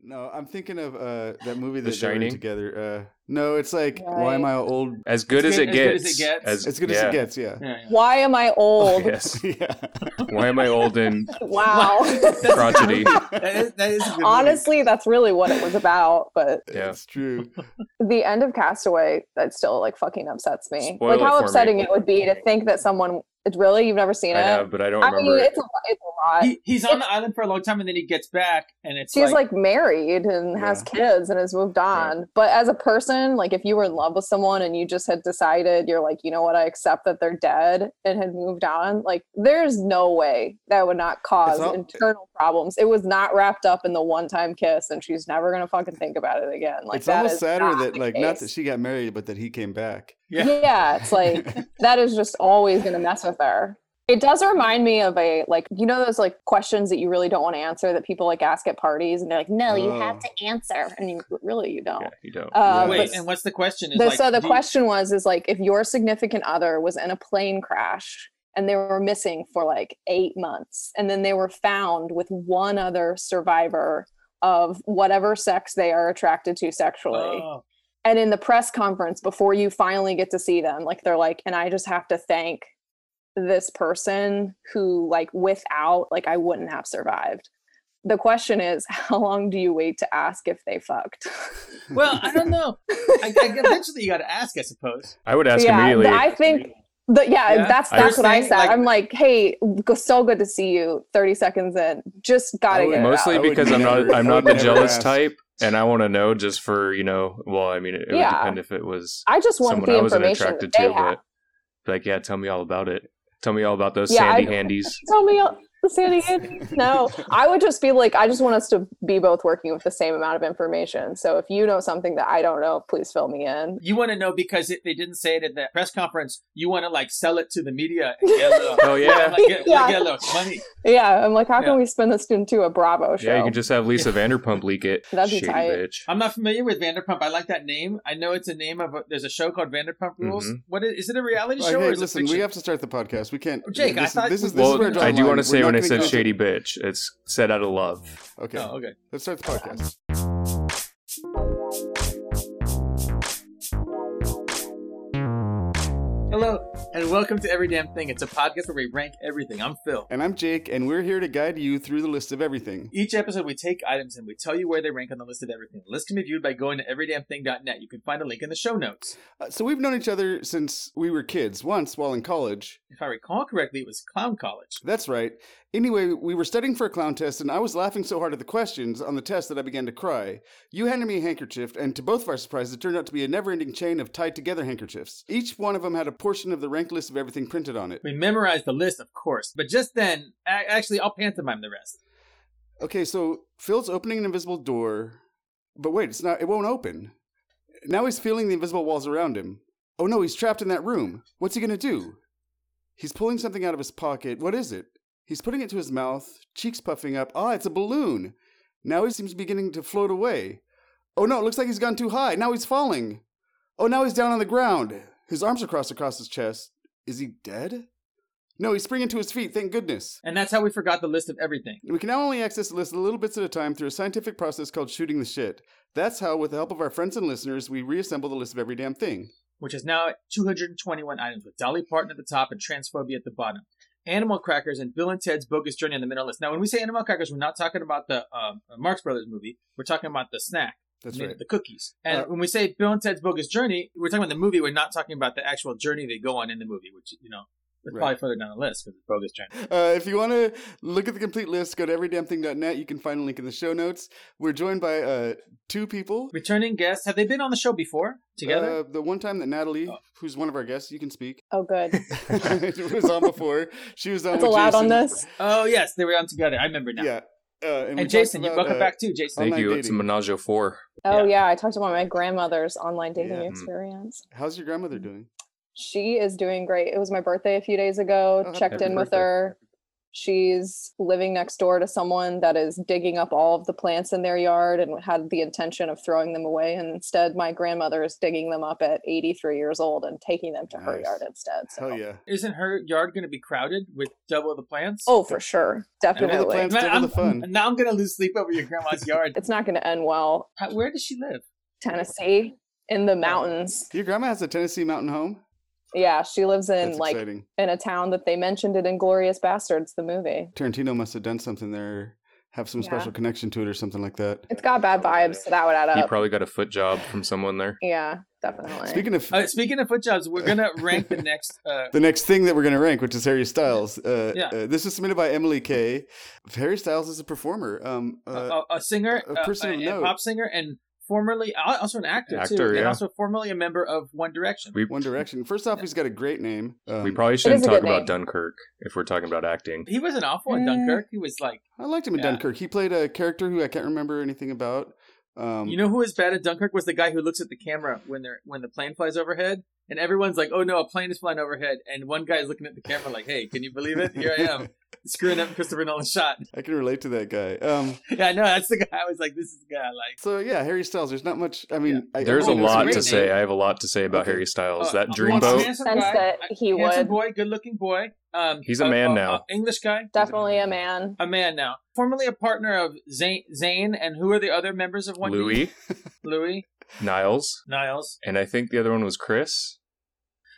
No, I'm thinking of uh, that movie that they were in Shining? together. Uh, no, it's like why Right. am I old? As good, as, As it good- as good gets, as it gets. As good as yeah. it gets, yeah. Yeah, yeah. Why am I old? Yes. Yeah. Why am I old and Wow. That's- crotchety? That is, that is a good movie. Honestly, that's really what it was about. But Yeah. It's true. the end of Castaway, that still like fucking upsets me. Spoil like it how for me. upsetting it would be to think that someone. It's really you've never seen I it. have, but I don't I remember mean, it. it's a, it's a lot. He, he's on the island for a long time, and then he gets back, and it's She's like, married and has kids and has moved on. But as a person, like if you were in love with someone and you just had decided you're like, you know what, I accept that they're dead and had moved on, like there's no way that would not cause all- internal problems. It was not wrapped up in the one time kiss and she's never gonna fucking think about it again. Like it's that almost is sadder not that the like not that case. she got married, but that he came back. Yeah. yeah, it's like that is just always going to mess with her. It does remind me of a like you know those like questions that you really don't want to answer that people like ask at parties and they're like no you have Oh. to answer and you really you don't. Yeah, you don't. Uh, wait, but and what's the question? Is the, like, so the do you- question was is like if your significant other was in a plane crash and they were missing for like eight months and then they were found with one other survivor of whatever sex they are attracted to sexually Oh, and in the press conference before you finally get to see them like they're like and i just have to thank this person who like without like i wouldn't have survived the question is how long do you wait to ask if they fucked well, I don't know. I, I, eventually, you got to ask, I suppose. I would ask yeah immediately. th- i think the, yeah, Yeah. that's I that's was what i saying, said like- i'm like hey go- so good to see you 30 seconds in just gotta I would- get it Oh, mostly I out. would because I'm not never- I'm I not would the never jealous ask. type, and I want to know just for you know. Well, I mean, it, it Yeah. would depend if it was i just want someone the I wasn't information that attracted they to, have. but like, yeah, tell me all about it. Tell me all about those Yeah, sandy I- handies. tell me all- the sandy hand no i would just be like i just want us to be both working with the same amount of information so if you know something that i don't know please fill me in You want to know because if they didn't say it at the press conference, you want to like sell it to the media and get a little, Oh yeah, like, get, Yeah. get a little money. yeah i'm like how can Yeah. we spin this into a bravo show yeah. You could just have Lisa Vanderpump leak it. That'd be Shady tight. bitch. I'm not familiar with Vanderpump. I like that name. I know it's a name of a, there's a show called Vanderpump Rules. Mhm. What is, is it a reality Like, show Mm-hmm. hey, or is it listen, fiction? we have to start the podcast. We can't. Jake, I this, is- thought- this is this is where Well, draw I the do line. want to We're say not when it gonna said go to- shady bitch, it's said out of love. Okay, oh, okay. let's start the podcast. Hello and welcome to Every Damn Thing. It's a podcast where we rank everything. I'm Phil. And I'm Jake, and we're here to guide you through the list of everything. Each episode, we take items and we tell you where they rank on the list of everything. The list can be viewed by going to everydamnthing.net. You can find a link in the show notes. Uh, so we've known each other since we were kids. Once, while in college. If I recall correctly, it was Clown College. That's right. Anyway, we were studying for a clown test, and I was laughing so hard at the questions on the test that I began to cry. You handed me a handkerchief, and to both of our surprises, it turned out to be a never ending chain of tied together handkerchiefs. Each one of them had a portion of the rank list of everything printed on it. We memorized the list, of course, but just then, a- actually, I'll pantomime the rest. Okay, so Phil's opening an invisible door, but wait, it's not, it won't open. Now he's feeling the invisible walls around him. Oh no, he's trapped in that room. What's he gonna do? He's pulling something out of his pocket. What is it? He's putting it to his mouth, cheeks puffing up. Ah, it's a balloon. Now he seems to be beginning to float away. Oh no, it looks like he's gone too high. Now he's falling. Oh, now he's down on the ground. His arms are crossed across his chest. Is he dead? No, he's springing to his feet, thank goodness. And that's how we forgot the list of everything. We can now only access the list little bits at a time through a scientific process called shooting the shit. That's how, with the help of our friends and listeners, we reassemble the list of every damn thing. which is now at 221 items, with Dolly Parton at the top and Transphobia at the bottom. Animal Crackers and Bill and Ted's Bogus Journey on the middle list. Now, when we say Animal Crackers, we're not talking about the um, Marx Brothers movie. We're talking about the snack, That's meaning right. the cookies. And Uh, when we say Bill and Ted's Bogus Journey, we're talking about the movie. We're not talking about the actual journey they go on in the movie, which, you know, is Right. probably further down the list because it's Bogus Journey. Uh, if you want to look at the complete list, go to everydamnthing.net. You can find a link in the show notes. We're joined by uh, two people. Returning guests, have they been on the show before together? Uh, the one time that Natalie, Oh. who's one of our guests, you can speak, oh good was on before. She was on. that's with allowed on Jason. this oh, yes, they were on together. I remember now. Yeah. Uh, and we And talked Jason, you about, welcome uh, back too, Jason. Thank Online you. It's a dating. menage a four. oh yeah i talked about my grandmother's online dating Mm. Yeah. experience How's your grandmother doing? she is doing great it was my birthday a few days ago Oh, happy checked in with birthday. her She's living next door to someone that is digging up all of the plants in their yard and had the intention of throwing them away. And instead, my grandmother is digging them up at 83 years old and taking them to her Nice. yard instead. So. Hell yeah. Isn't her yard going to be crowded with double the plants? Oh, for sure. Double the Definitely. plants, Man, double the fun. And now I'm going to lose sleep over your grandma's yard. it's not going to end well. How, where does she live? Tennessee in the mountains. Your grandma has a Tennessee mountain home? Yeah, she lives in That's like exciting. in a town that they mentioned it in Glorious Bastards, the movie. Tarantino must have done something there, have some Yeah. special connection to it or something like that. It's got bad vibes, so that would add You up. probably got a foot job from someone there. yeah, definitely. Speaking of Uh, speaking of foot jobs, we're going to rank the next. Uh, the next thing that we're going to rank, which is Harry Styles. Uh, Yeah. uh, this is submitted by Emily Kay. Harry Styles is a performer. Um, a- uh, a, a singer, a uh, person of a, a note. pop singer, and formerly al- also an actor, too, Actor, and yeah. also formerly a member of One Direction. We One Direction. First off, he's got a great name. Um, we probably is shouldn't a talk good about name. Dunkirk if we're talking about acting. He was an awful in Eh. Dunkirk. He was like, I liked him in Yeah. Dunkirk. He played a character who I can't remember anything about. Um, you know who was bad at Dunkirk was the guy who looks at the camera when they're when the plane flies overhead, and everyone's like, "Oh no, a plane is flying overhead," and one guy's looking at the camera like, "Hey, can you believe it? Here I am." Screwing up Christopher Nolan's shot. I can relate to that guy. Um, Yeah, I know. That's the guy I was like, this is the guy I like. so yeah, Harry Styles. There's not much. I mean, I, There's a everyone knows lot him. to great say. name. I have a lot to say about Okay. Dreamboat. Harry Styles. Uh, that uh, Boat. dreamboat. handsome Sense guy, that he handsome would boy, good looking boy. Um, He's a man now. English guy, definitely a man. a man now. Formerly a partner of Zane, Zane and who are the other members of One Direction? Louis, Louis, Niles, Niles. and I think the other one was Chris.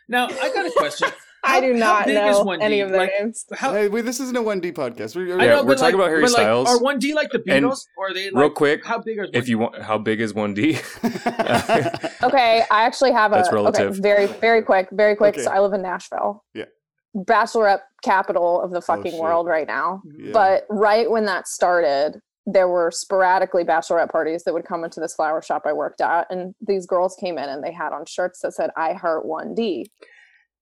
Now I got a question. I do How- not how big is know One any D? of their Like, names. How, Hey, wait, this isn't a 1D podcast. We're, I Yeah, know, we're but talking like- about Harry but like, Styles. are One D like the And- Beatles, or are they like Real quick, How big is One if D? you want, how big is 1D? Okay, I actually have a That's Okay, relative. very very quick, very quick. Okay. So I live in Nashville. Yeah. Oh, Bachelorette capital of the fucking shit. world right now. Yeah. But right when that started, there were sporadically bachelorette parties that would come into this flower shop I worked at. And these girls came in and they had on shirts that said, I heart 1D.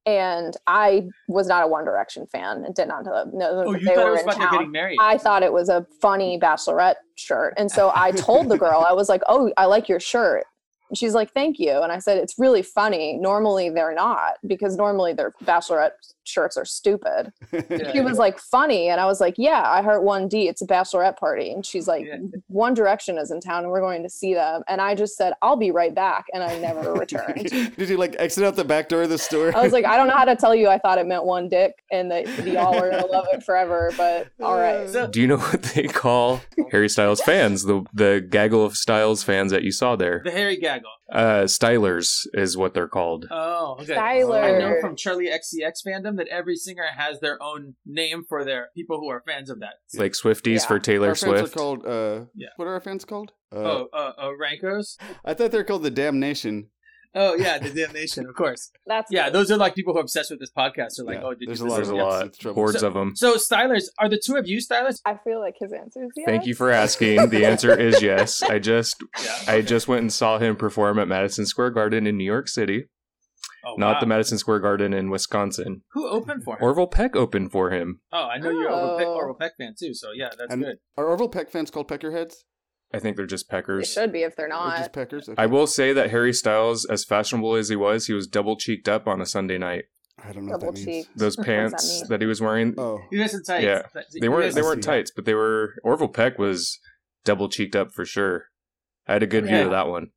And I was not a One Direction fan and did not know know Oh, that you they thought it were was in about they're town. getting married. I thought it was a funny bachelorette shirt. And so I told the girl, I was like, Oh, I like your shirt. And she's like, Thank you. And I said, It's really funny. Normally they're not, because normally their bachelorette shirts are stupid Yeah. she was like funny and i was like yeah i heard 1d it's a bachelorette party and she's like Yeah. one direction is in town and we're going to see them and i just said i'll be right back and i never returned Did you like exit out the back door of the store? i was like i don't know how to tell you i thought it meant one dick and that y'all are gonna love it forever but all right So- Do you know what they call Harry Styles fans? The the gaggle of Styles fans that you saw there. the Harry gaggle. Uh, Stylers is what they're called. Oh, okay. I know Tyler. from Charlie XCX fandom that every singer has their own name for their people who are fans of that. It's like Swifties Yeah. for Taylor our fans Swift. are called. Uh, Yeah. What are our fans called? Uh, oh, uh, uh, Rankos. I thought they were called the Damnation. Oh yeah, the Damnation, of course. that's Yeah, those are like people who are obsessed with this podcast. Are like, Yeah, oh, did there's you a lot of There's a listen to them. the- lot, It's trouble. hordes So- of them. So stylers, are the two of you stylers? i feel like his answer is yes. Thank you for asking. The answer is yes. I just Yeah. I just went and saw him perform at Madison Square Garden in New York City, Oh, not wow. the Madison Square Garden in Wisconsin. who opened for him. Orville Peck opened for him. oh, I know you're an Orville Peck, Oh. Orville Peck fan too. So yeah, that's And- good. Are Orville Peck fans called Peckerheads? I think they're just it Peckers. should be if they're Or not just Peckers? Okay. I will say that Harry Styles, as fashionable as he was, he was double cheeked up on a Sunday night. I don't know what Double that means. cheek. Those What does that pants mean? that, he was wearing, Oh, You guys in tights. Yeah. That's- they you weren't guys- they I weren't see. tights, but they were Orville Peck was double cheeked up for sure. I had a good Oh, Yeah. view of that one.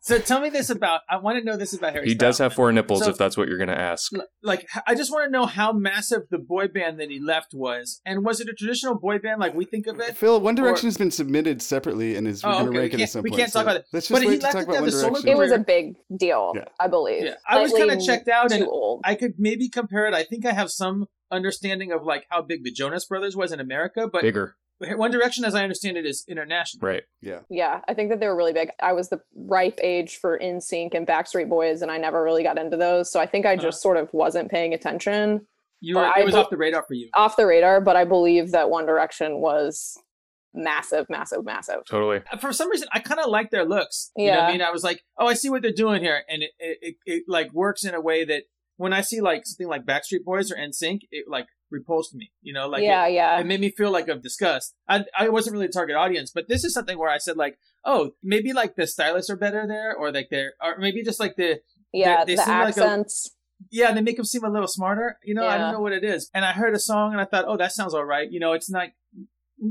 So tell me this about. I want to know this about Harry. He does Styles. have four nipples So- if that's what you're gonna ask. L- like h- I just want to know how massive the boy band that he left was, and was it a traditional boy band like we think of it? Phil, One or- Direction has been submitted separately and is we're Oh, going to okay, rank we it at can't- some we point. can't talk so about it. Let's But just he wait to left talk it about down One to solo Direction. it was a Sure. big deal Yeah. i believe Yeah, I was Slightly kinda checked out too and- old I could maybe compare it. I think I have some understanding of like how big the Jonas Brothers was in America, but Bigger. One Direction, as I understand it, is international. Right. Yeah, I think that they were really big. I was the ripe age for NSYNC and Backstreet Boys, and I never really got into those. So I think I Uh-huh. just sort of wasn't paying attention You were, Well, it I was don't- off the radar for you. off the radar, but I believe that One Direction was massive, massive, massive. Totally. For some reason, I kind of like their looks. You know what I Yeah. mean? I was like, oh, I see what they're doing here, and it, it, it, it like works in a way that when I see like something like Backstreet Boys or NSYNC, it like repulsed me. You know, like it- yeah, it yeah. made me feel like of disgust. I, I wasn't really a target audience, but this is something where I said like, oh, maybe like the stylists are better there, or like they're, or maybe just like the Yeah, they the seem like a- accents. yeah, they make him seem a little smarter. You know, I Yeah. don't know what it is. And I heard a song and I thought, oh, that sounds all right. You know, it's not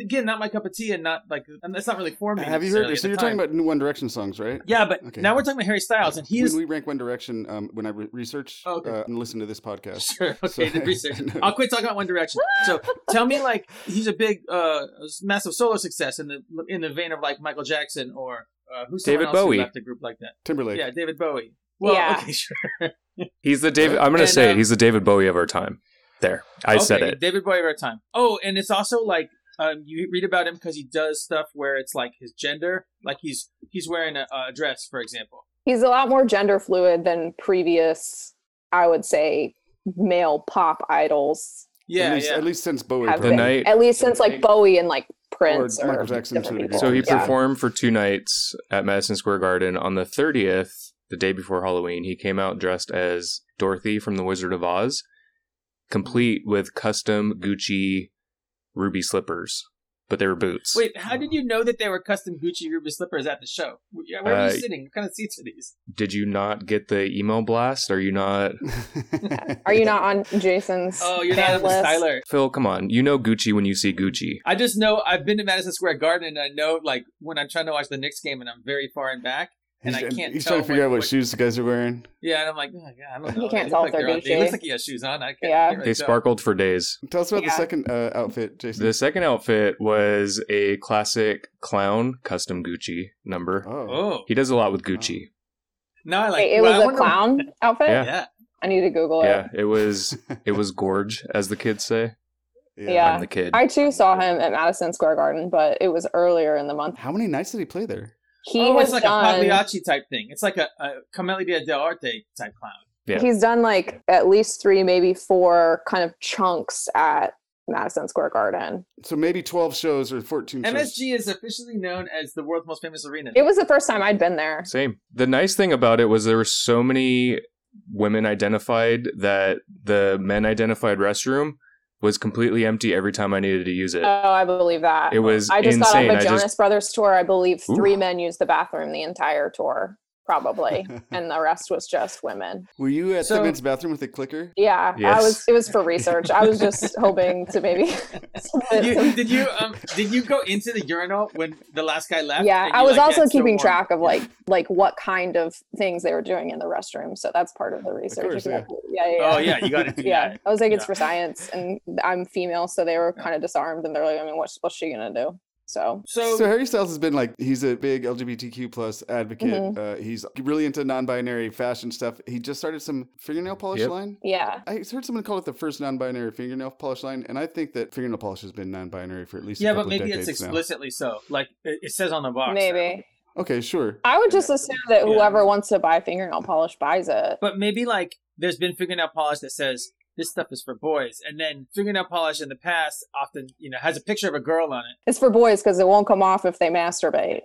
again not my cup of tea and not like and it's not really for me. Have you heard? necessarily at So the you're time. talking about new One Direction songs, right? yeah, but Okay. now we're talking about Harry Styles and he's when we rank One Direction, um, when I re- research Oh, okay. uh, and listen to this podcast, Sure. So- Okay. the research. No. I'll quit talking about One Direction. So tell me, like, he's a big, uh, massive solo success in the in the vein of like Michael Jackson or uh, who's someone David else who Bowie. left a group like that. Timberlake. yeah, David Bowie. Well, Yeah. okay, sure. He's the David. I'm gonna And, say uh, it. He's the David Bowie of our time. There, I said Okay, it. David Bowie of our time. Oh, and it's also like um, you read about him because he does stuff where it's like his gender, like he's he's wearing a, a dress, for example. He's a lot more gender fluid than previous, I would say, male pop idols Yeah, at least, yeah. at least since Bowie. have The probably. been. night- At least since like Bowie and like Prince or, Michael Jackson to different a people. degree. So he yeah. performed for two nights at Madison Square Garden on the 30th, the day before Halloween. He came out dressed as Dorothy from The Wizard of Oz, complete with custom Gucci ruby slippers, but they were boots. Wait, how did you know that they were custom Gucci Ruby slippers at the show? Where where were Uh, you sitting? What kind of seats are these? Did you not get the email blast? Are you not Are you not on Jason's? Oh, you're fan not a list? styler. Phil? Come on, you know Gucci when you see Gucci. I just know I've been to Madison Square Garden and I know like when I'm trying to watch the Knicks game and I'm very far and back. And I He's- can't He's tell trying to figure what- out what, what- shoes the guys are wearing. Yeah, and I'm like, oh, God, I don't know. He can't They tell look if like they're they're out- He Gucci. looks like he has shoes on. I can't, I Yeah. can't really They tell. sparkled for days. Tell us about the Yeah. second uh, outfit, Jason. The second outfit was a classic clown custom Gucci number. oh. Oh, He does a lot with Gucci. now I like. Wait, it well, I was a wonder- clown outfit. Yeah. Yeah. I need to Google it. Yeah, it was it was gorge, as the kids say. Yeah. I'm the kid. I too saw him at Madison Square Garden, but it was earlier in the month. How many nights did he play there? He oh, has it's like done. a Pagliacci type thing. It's like a, a Camellia dell'arte type clown. Yeah. He's done like at least three, maybe four kind of chunks at Madison Square Garden. So maybe 12 shows or 14 shows. MSG is officially known as the world's most famous arena. It was the first time I'd been there. Same. The nice thing about it was there were so many women identified that the men identified restroom was completely empty every time I needed to use it. Oh, I believe that. it was I just insane. got on I the Jonas just Brothers tour. I believe Ooh. three men used the bathroom the entire tour, probably, and the rest was just women. Were you at the So- men's bathroom with a clicker? Yeah, I Yes. was. It was for research. I was just hoping to maybe. Did you, did you um did you go into the urinal when the last guy left? yeah, and I you, was like, also got so keeping warm? track of like like what kind of things they were doing in the restroom. So that's part of the research. course, yeah. yeah, yeah, Oh yeah, you got it. yeah. I was like, it's Yeah. for science, and I'm female, so they were kind of disarmed, and they're like, I mean, what's what's she gonna do? So So, So, Harry Styles has been like he's a big LGBTQ plus advocate. Mhm. Uh, he's really into non-binary fashion stuff. He just started some fingernail polish Yep. line. yeah, I heard someone call it the first non-binary fingernail polish line, and I think that fingernail polish has been non-binary for at least yeah, a but couple of maybe decades it's now. explicitly so. Like it, it says on the box. maybe. Okay, sure. I would just assume that Yeah. whoever wants to buy fingernail polish buys it. But maybe like there's been fingernail polish that says this stuff is for boys, and then fingernail polish in the past often you know has a picture of a girl on it. It's for boys because it won't come off if they masturbate.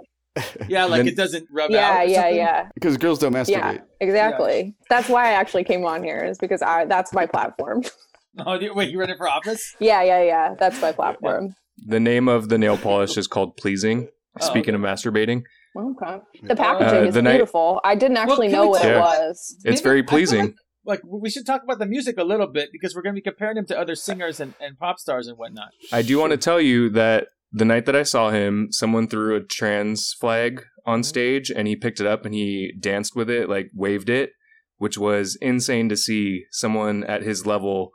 Yeah, like Then- it doesn't rub out. yeah, or yeah, something. yeah, Because girls don't yeah. masturbate. Exactly. That's why I actually came on here is because I that's my platform. Oh, you- wait, you running for office? yeah, yeah, yeah. That's my platform. the name of the nail polish is called pleasing. Oh, Speaking of masturbating, Okay. The packaging Uh, is the night- beautiful. I didn't Well, actually can know we what it talk- was. it's Maybe- I very feel pleasing. Like we should talk about the music a little bit because we're going to be comparing him to other singers and, and pop stars and whatnot. I do want to tell you that the night that I saw him, someone threw a trans flag on Mhm. stage and he picked it up and he danced with it, like waved it, which was insane to see someone at his level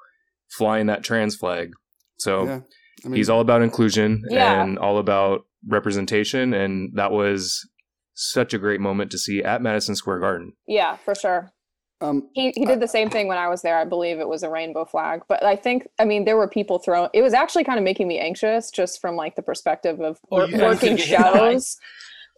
flying that trans flag. So Yeah. I mean, Oh. he's all about inclusion Yeah. and all about representation. And that was such a great moment to see at Madison Square Garden. Yeah, for sure. um, He Uh, he did the same thing when I was there. I believe it was a rainbow flag, but I think I mean there were people throwing. It was actually kind of making me anxious just from like the perspective of Oh, wor- you guys working didn't get hit by- shows.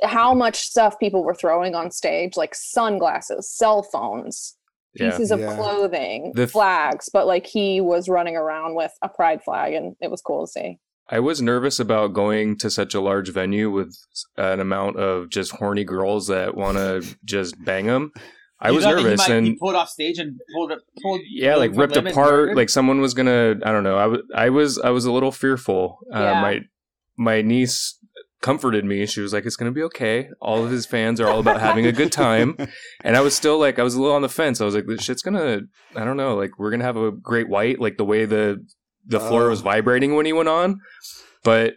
How much stuff people were throwing on stage, like sunglasses, cell phones, Yeah. pieces of Yeah. clothing, The f- flags, but like he was running around with a pride flag, and it was cool to see. I was nervous about going to such a large venue with an amount of just horny girls that want to just bang them. I You was thought that he nervous might be and pulled off stage and pulled up, pulled yeah, like pulled ripped lemon, apart. murdered? Like someone was gonna. I don't know. I was. I was. I was a little fearful. Uh, Yeah. My my niece comforted me. She was like, "It's gonna be okay. All of his fans are all about having a good time." And I was still like, I was a little on the fence. I was like, "This shit's gonna, I don't know. Like, we're gonna have a great white. Like the way the the floor Oh. was vibrating when he went on, but."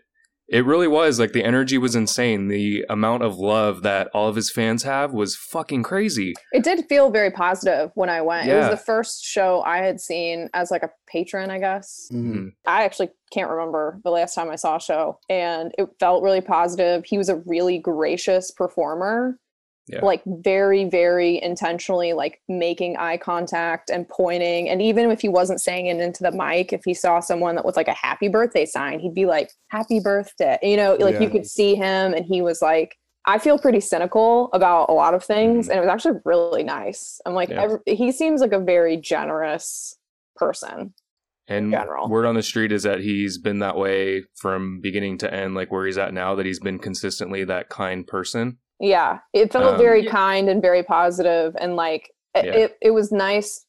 It really was like the energy was insane. The amount of love that all of his fans have was fucking crazy. It did feel very positive when I went. It Yeah. was the first show I had seen as like a patron, I guess. Mm. Mhm. I actually can't remember the last time I saw a show, and it felt really positive. He was a really gracious performer, Yeah. like very, very intentionally, like making eye contact and pointing. And even if he wasn't saying it into the mic, if he saw someone that was like a happy birthday sign, he'd be like, "Happy birthday," you know, like Yeah. you could see him, and he was like. I feel pretty cynical about a lot of things, Mhm. and it was actually really nice. I'm like, Yeah. every, he seems like a very generous person. And general. word on the street is that he's been that way from beginning to end, like where he's at now, that he's been consistently that kind person. Yeah, it felt Um, very Yeah. kind and very positive, and like it, Yeah. it, it was nice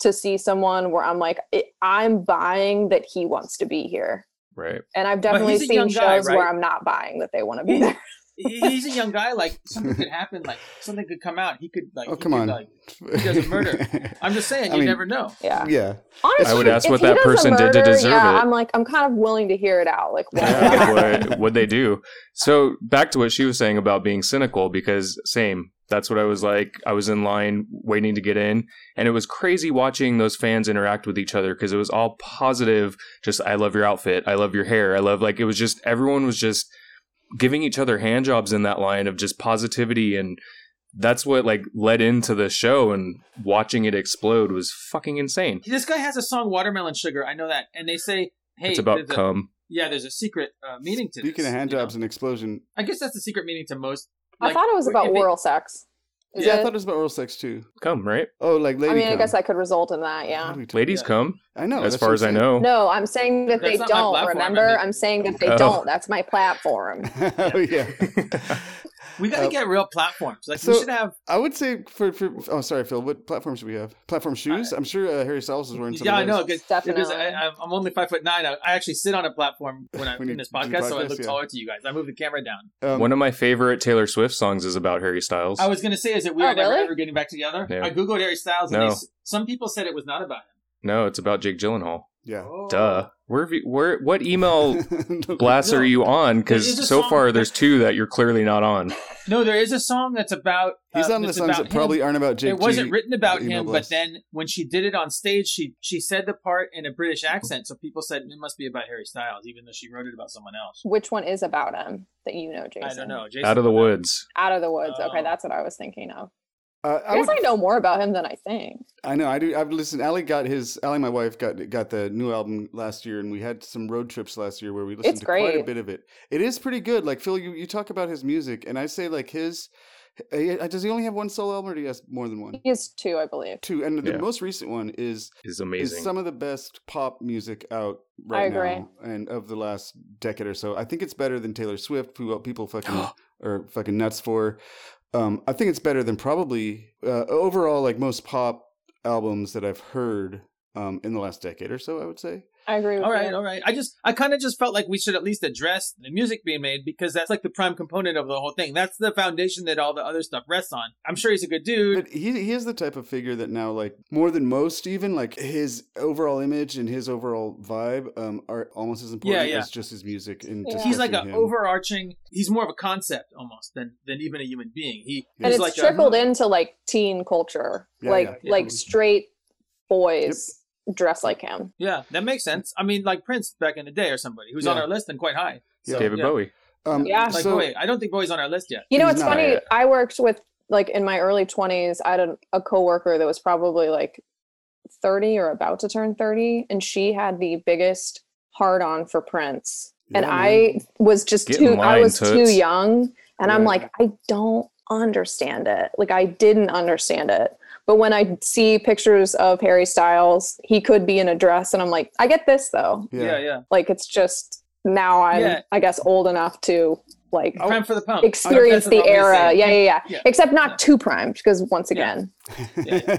to see someone where I'm like, i I'm buying that he wants to be here, Right. and I've But definitely he's a seen young shows guy, where right? I'm not buying that they want to be He- there. He- He's a young guy. Like something could happen. Like something could come out. He could like. Oh, he come could, on. like- does a murder. I'm just saying. I you mean- never know. Yeah, yeah. honestly, I would ask if what he that does a person did to murder, deserve yeah, it. I'm like, I'm kind of willing to hear it out. Like, what? Yeah, what what they do. So back to what she was saying about being cynical, because same. That's what I was like. I was in line waiting to get in, and it was crazy watching those fans interact with each other because it was all positive. Just I love your outfit. I love your hair. I love like it was just everyone was just giving each other hand jobs in that line of just positivity and that's what like led into the show and watching it explode was fucking insane. This guy has a song, Watermelon Sugar. I know that. And they say, hey, it's about there's a- cum. yeah, there's a secret uh, meaning to Speaking of this. hand you know? jobs and explosion, I guess that's the secret meaning to most. I like, thought it was about if it- oral sex. Is yeah, I it- thought it was about oral sex too. Cum, right? Oh, like I lady. mean, I cum. guess that could result in that. What Yeah. are we talking- Ladies Yeah. cum, I know. as Oh, that's far what as I I'm know. No, I'm saying that That's they not my don't. platform, I Remember, mean- I'm saying that they Oh. don't. That's my platform. saying. oh yeah. We got to Uh, get real platforms. Like, so- we should have. I would say for, for oh sorry Phil, what platforms do we have? Platform shoes? I'm sure uh, Harry Styles is wearing some. Yeah, I of those. know. Cause, Definitely. because I, I'm- I'm only five foot nine. I, I actually sit on a platform when I'm When you in this do the podcast, so I podcast, look yeah. taller to you guys. I moved the camera down. Um, One of my favorite Taylor Swift songs is about Harry Styles. I was going to say, is it we Oh, are never really? ever getting back together? Yeah. I Googled Harry Styles, and they No. s some people said it was not about him. no, it's about Jake Gyllenhaal. yeah. Oh. Duh. Where, have you, where what email Uh, No. blasts are you on? It is a Because so song. far there's two that you're clearly not on. No, there is a song that's about. He's uh, on the that's songs about that probably him. aren't about Jake. it wasn't G. written about the email him, blast. but then when she did it on stage, she she said the part in a British accent, so people said it must be about Harry Styles, even though she wrote it about someone else. Which one is about him that you know, Jason? I don't know. Jason, Out of the woods. Out of the Woods. Oh. Okay, that's what I was thinking of. Uh, I, I, guess would, I know more about him than I think. I know. I do. I've listened. Ali got his. Ali, my wife, got got the new album last year, and we had some road trips last year where we listened It's to quite a great. bit of it. It is pretty good. Like Phil, you, you talk about his music, and I say like his. eh, Does he only have one solo album, or do he has more than one? He is two, I believe. Two, and the Yeah. most recent one is Is is amazing. some of the best pop music out right agree. now and of the last decade or so. I think it's better than Taylor Swift, who uh, people fucking are fucking nuts for. Um, I think it's better than probably uh, overall like most pop albums that I've heard um, in the last decade or so. I would say. I agree with All right, you. all right. I just, I kind of just felt like we should at least address the music being made because that's like the prime component of the whole thing. That's the foundation that all the other stuff rests on. I'm sure he's a good dude. But he he is the type of figure that now like more than most even like his overall image and his overall vibe um, are almost as important yeah. as just his music and Yeah. just He's like what's in an him. overarching. He's more of a concept almost than than even a human being. He And and it's he's like trickled a, into like teen culture, Yeah, like yeah, yeah. like straight boys dress like him. Yeah, that makes sense. I mean, like Prince back in the day or somebody who's on Yeah. our list and quite high. Yeah. David yeah. Bowie. Um, Yeah. Like, so- wait, I don't think Bowie's on our list yet. You know, He's it's not funny. a- I worked with like in my early twenties. I had a, a coworker that was probably like thirty or about to turn thirty, and she had the biggest hard on for Prince, and Yeah, I man. was just Get in too. I line, was toots. too young, and I'm Yeah. like, I don't understand it. Like, I didn't understand it. But when I see pictures of Harry Styles, he could be in a dress, and I'm like, I get this though. Yeah, yeah. Like, it's just now I'm, Yeah. I guess, old enough to like Oh, Prime for the pump. experience That's what the I'm always era. saying. Yeah, yeah, yeah, Yeah. Except not too primed because once Yeah. again,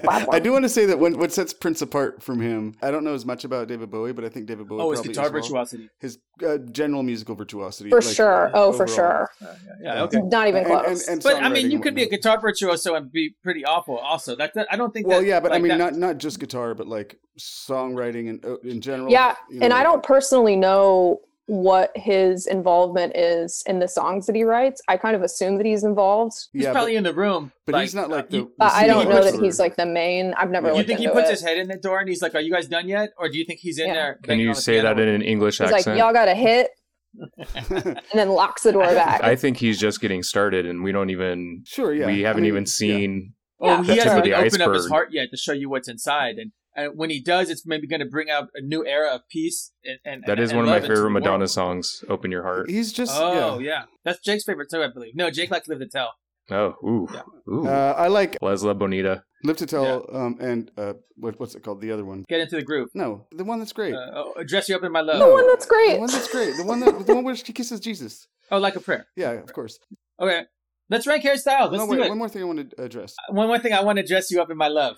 I do want to say that when, what sets Prince apart from him, I don't know as much about David Bowie, but I think David Bowie Oh, it's probably guitar as well. virtuosity. his uh, general musical virtuosity for like, sure. uh, Oh, for overall. sure. Uh, yeah, yeah, Yeah. okay. Not even And- close. and- and But I mean, songwriting you and could be a whatnot. guitar virtuoso and be pretty awful. Also, that, that I don't think. Well, that, yeah, but I like mean, that- not not just guitar, but like songwriting and uh, in general. Yeah, you and know, I don't personally know what his involvement is in the songs that he writes. I kind of assume that he's involved, He's Yeah, probably but, in the room, but like, he's not like uh, the. you- but the I don't senior know that writer. he's like the main. I've never You You looked think he into puts it. his head in the door and he's like, "Are you guys done yet?" Or do you think he's in uh, Yeah. there? Can banging you on the say that in piano? an English He's like, accent? y'all got a hit, and then locks the door back. I think he's just getting started, and we don't even sure, yeah. we I haven't mean, even seen. Oh, he Tip hasn't of even the opened up his iceberg. heart yet to show you what's inside, and, and when he does, it's maybe going to bring out a new era of peace. And, and That and- is and one of my love into favorite the world. Madonna songs. Open your heart. He's just. Oh yeah. yeah. that's Jake's favorite too, I believe. No, Jake likes live to tell. Oh, ooh, ooh. Uh, I like Lesla Bonita. Live to Tell um, and uh, what, what's it called? The other one? Get into the groove. No, the one that's great. Uh, oh, dress you up in my love. the one that's the great. one that's great. The one that the one where she kisses Jesus. Oh, like a prayer. Yeah, of course. Okay, let's rank hairstyles. Let's no, do wait. it. One more thing I want to address. One more thing, I want to dress you up in my love.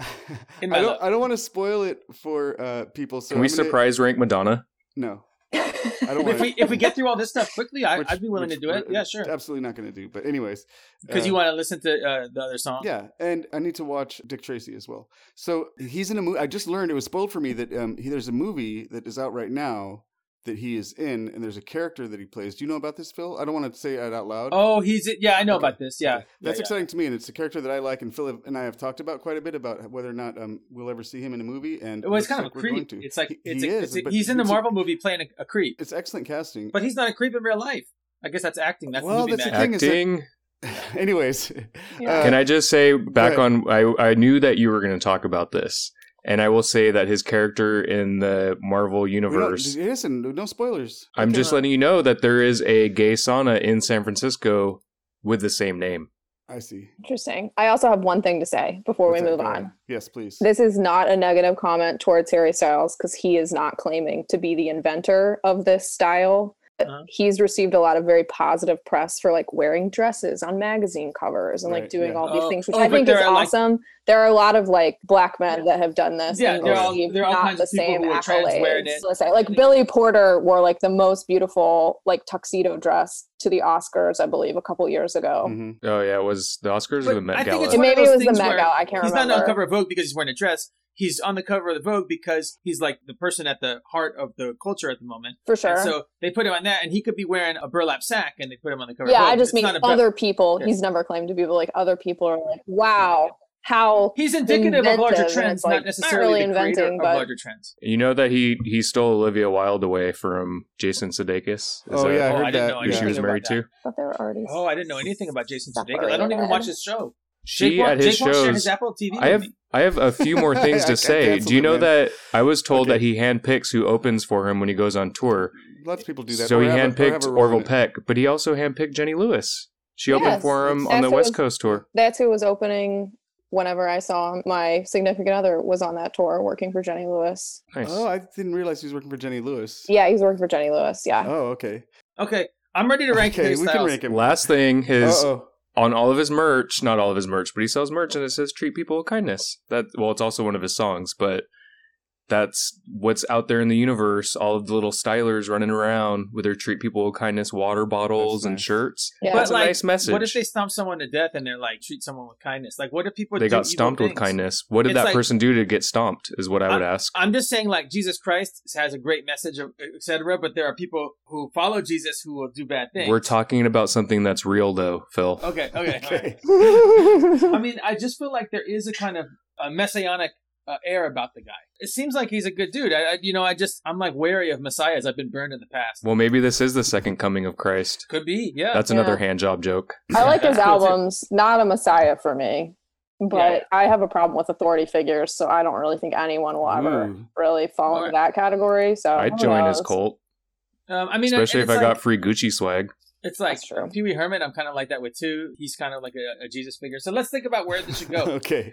Uh, In my I love. don't. I don't want to spoil it for uh, people. So Can we I'm gonna- surprise rank Madonna? No, I don't. If want we if we get through all this stuff quickly, I, Which- I'd be willing which to do it. we're Yeah, sure. Absolutely not going to do. But anyways, Because uh, you want to listen to uh, the other song. Yeah, and I need to watch Dick Tracy as well. So he's in a movie. I just learned it was spoiled for me that um, he, there's a movie that is out right now that he is in, and there's a character that he plays. Do you know about this, Phil? I don't want to say it out loud. Oh, he's yeah. I know Okay. about this. Yeah, Okay. that's yeah, exciting to me, and it's a character that I like, and Phil have- and I have talked about quite a bit about whether or not um, we'll ever see him in a movie. And yeah. Well, it's looks kind of like a we're going creep. to. It's like He- it's he a, is, it's a- but he's in the it's a- Marvel movie playing a, a creep, It's excellent casting. but he's not a creep in real life. I guess that's acting. That's Well, movie that's the magic. thing is that- Acting. anyways, uh, Yeah. Can I just say back ahead. on? I I knew that you were going to talk about this, and I will say that his character in the Marvel we don't- universe. listen, no spoilers. I'm Okay. just letting you know that there is a gay sauna in San Francisco with the same name. I see. Interesting. I also have one thing to say before What's we that? move Go on. ahead. Yes, please. This is not a negative comment towards Harry Styles because he is not claiming to be the inventor of this style. But Uh-huh. He's received a lot of very positive press for like wearing dresses on magazine covers and Right, like doing yeah. all these Oh, things, which oh, I but think there is are, like- awesome. there are a lot of like black men that have done this Yeah, and there are all- received there are all not kinds the of people same who are trans wearing accolades. it. Let's say like Billy Porter wore like the most beautiful like tuxedo dress to the Oscars, I believe, a couple years ago. Mm-hmm. Mhm. Oh yeah, it was the Oscars or But the I Met think Gala? it's And one of maybe those it was the things Met where Gala. I can't he's remember. not on the cover of Vogue because he's wearing a dress. He's on the cover of the Vogue because he's like the person at the heart of the culture at the moment. for sure. And so they put him on that, and he could be wearing a burlap sack, and they put him on the cover. of Yeah, I Vogue. just It's mean not a bur- other people. Yeah. He's never claimed to be, but like other people are like, wow, how He's indicative of larger Inventive, and trends, it's like, not not necessarily really the creator inventing, of but- larger trends. You know that he he stole Olivia Wilde away from Jason Sudeikis. Is Oh that yeah, I Oh, heard I didn't that. know. I who didn't yeah. she was about married that. to? but they were already. Oh, I didn't know anything about Jason Sudeikis. I Separated. don't even watch his show. She won't- at his won't share shows. his Apple TV. I have with me. I have a few more things I to say. canceled Do you it, know man. that I was told Okay. that he handpicks who opens for him when he goes on tour. Lots of people do that. So or he have a- or have handpicked a role in Orville it. Peck, but he also handpicked Jenny Lewis. She Yes, opened for him that's on the who West was- Coast tour. That's who was opening whenever I saw him. my significant other was on that tour working for Jenny Lewis. Nice. Oh, I didn't realize he was working for Jenny Lewis. Yeah, he's working for Jenny Lewis. Yeah. Oh, okay. Okay, I'm ready to rank okay, Harry we Styles. can rank him. Last thing is oh. on all of his merch, not all of his merch, but he sells merch and it says treat people with kindness. That well, it's also one of his songs, but that's what's out there in the universe. All of the little stylers running around with their treat people with kindness water bottles That's and nice. shirts. Yeah. That's But, like, a nice message. What if they stomp someone to death and they're like treat someone with kindness? Like, what if people They do got evil stomped with things? kindness. What did It's that like- Uh, person do to get stomped? Is what I would ask. I'm just saying, like Jesus Christ has a great message, of etc. But there are people who follow Jesus who will do bad things. We're talking about something that's real, though, Phil. Okay, okay. all right. Okay. I mean, I just feel like there is a kind of a messianic uh, air about the guy. It seems like he's a good dude. I, I, you know, I just I'm like wary of messiahs. I've been burned in the past. Well, maybe this is the second coming of Christ. Could be, yeah. That's Yeah. another hand job joke. I like his Yeah. albums, not a messiah for me. But Yeah. I have a problem with authority figures, so I don't really think anyone will ever Ooh. really fall into Alright. that category. So I'd who join his knows? cult, um, Oh, I mean, especially if and I it's got like- free Gucci swag. It's like That's true. Pee Wee Herman. I'm kind of like that with two. He's kind of like a, a Jesus figure. So let's think about where this should go. okay.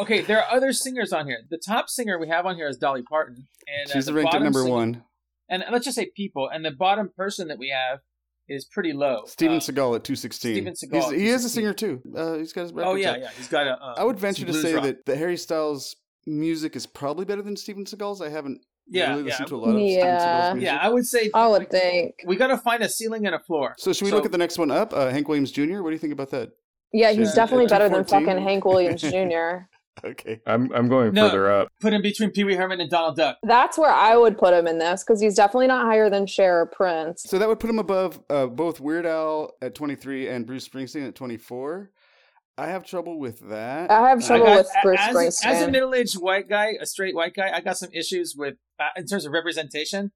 okay, there are other singers on here. The top singer we have on here is Dolly Parton, and uh, She's the ranked at bottom number singer- one. And let's just say people. And the bottom person that we have is pretty low. Steven Uh, Seagal at 216. Steven Seagal He's- at he is a 216. singer too. Uh, he's got his records Oh yeah, out. yeah. He's got a. Uh, I would venture some to blues say rock. that the Harry Styles music is probably better than Steven Seagal's. I haven't Yeah, really yeah, listened to a lot of Steven Yeah. Seagal's music. yeah. I would say I would like, think. we got to find a ceiling and a floor. So should we look at the next one up? Uh, Hank Williams Jr. What do you think about that? Yeah, he's Yeah. definitely better than 214. fucking Hank Williams Jr. Okay. I'm I'm going No. further up. put in between Pee Wee Herman and Donald Duck. That's where I would put him in this because he's definitely not higher than Cher or Prince. So that would put him above uh, both Weird Al at 23 and Bruce Springsteen at 24. I have trouble with that. I have I trouble got- with Bruce as, Springsteen. As a middle-aged white guy, a straight white guy, I got some issues with uh, in terms of representation.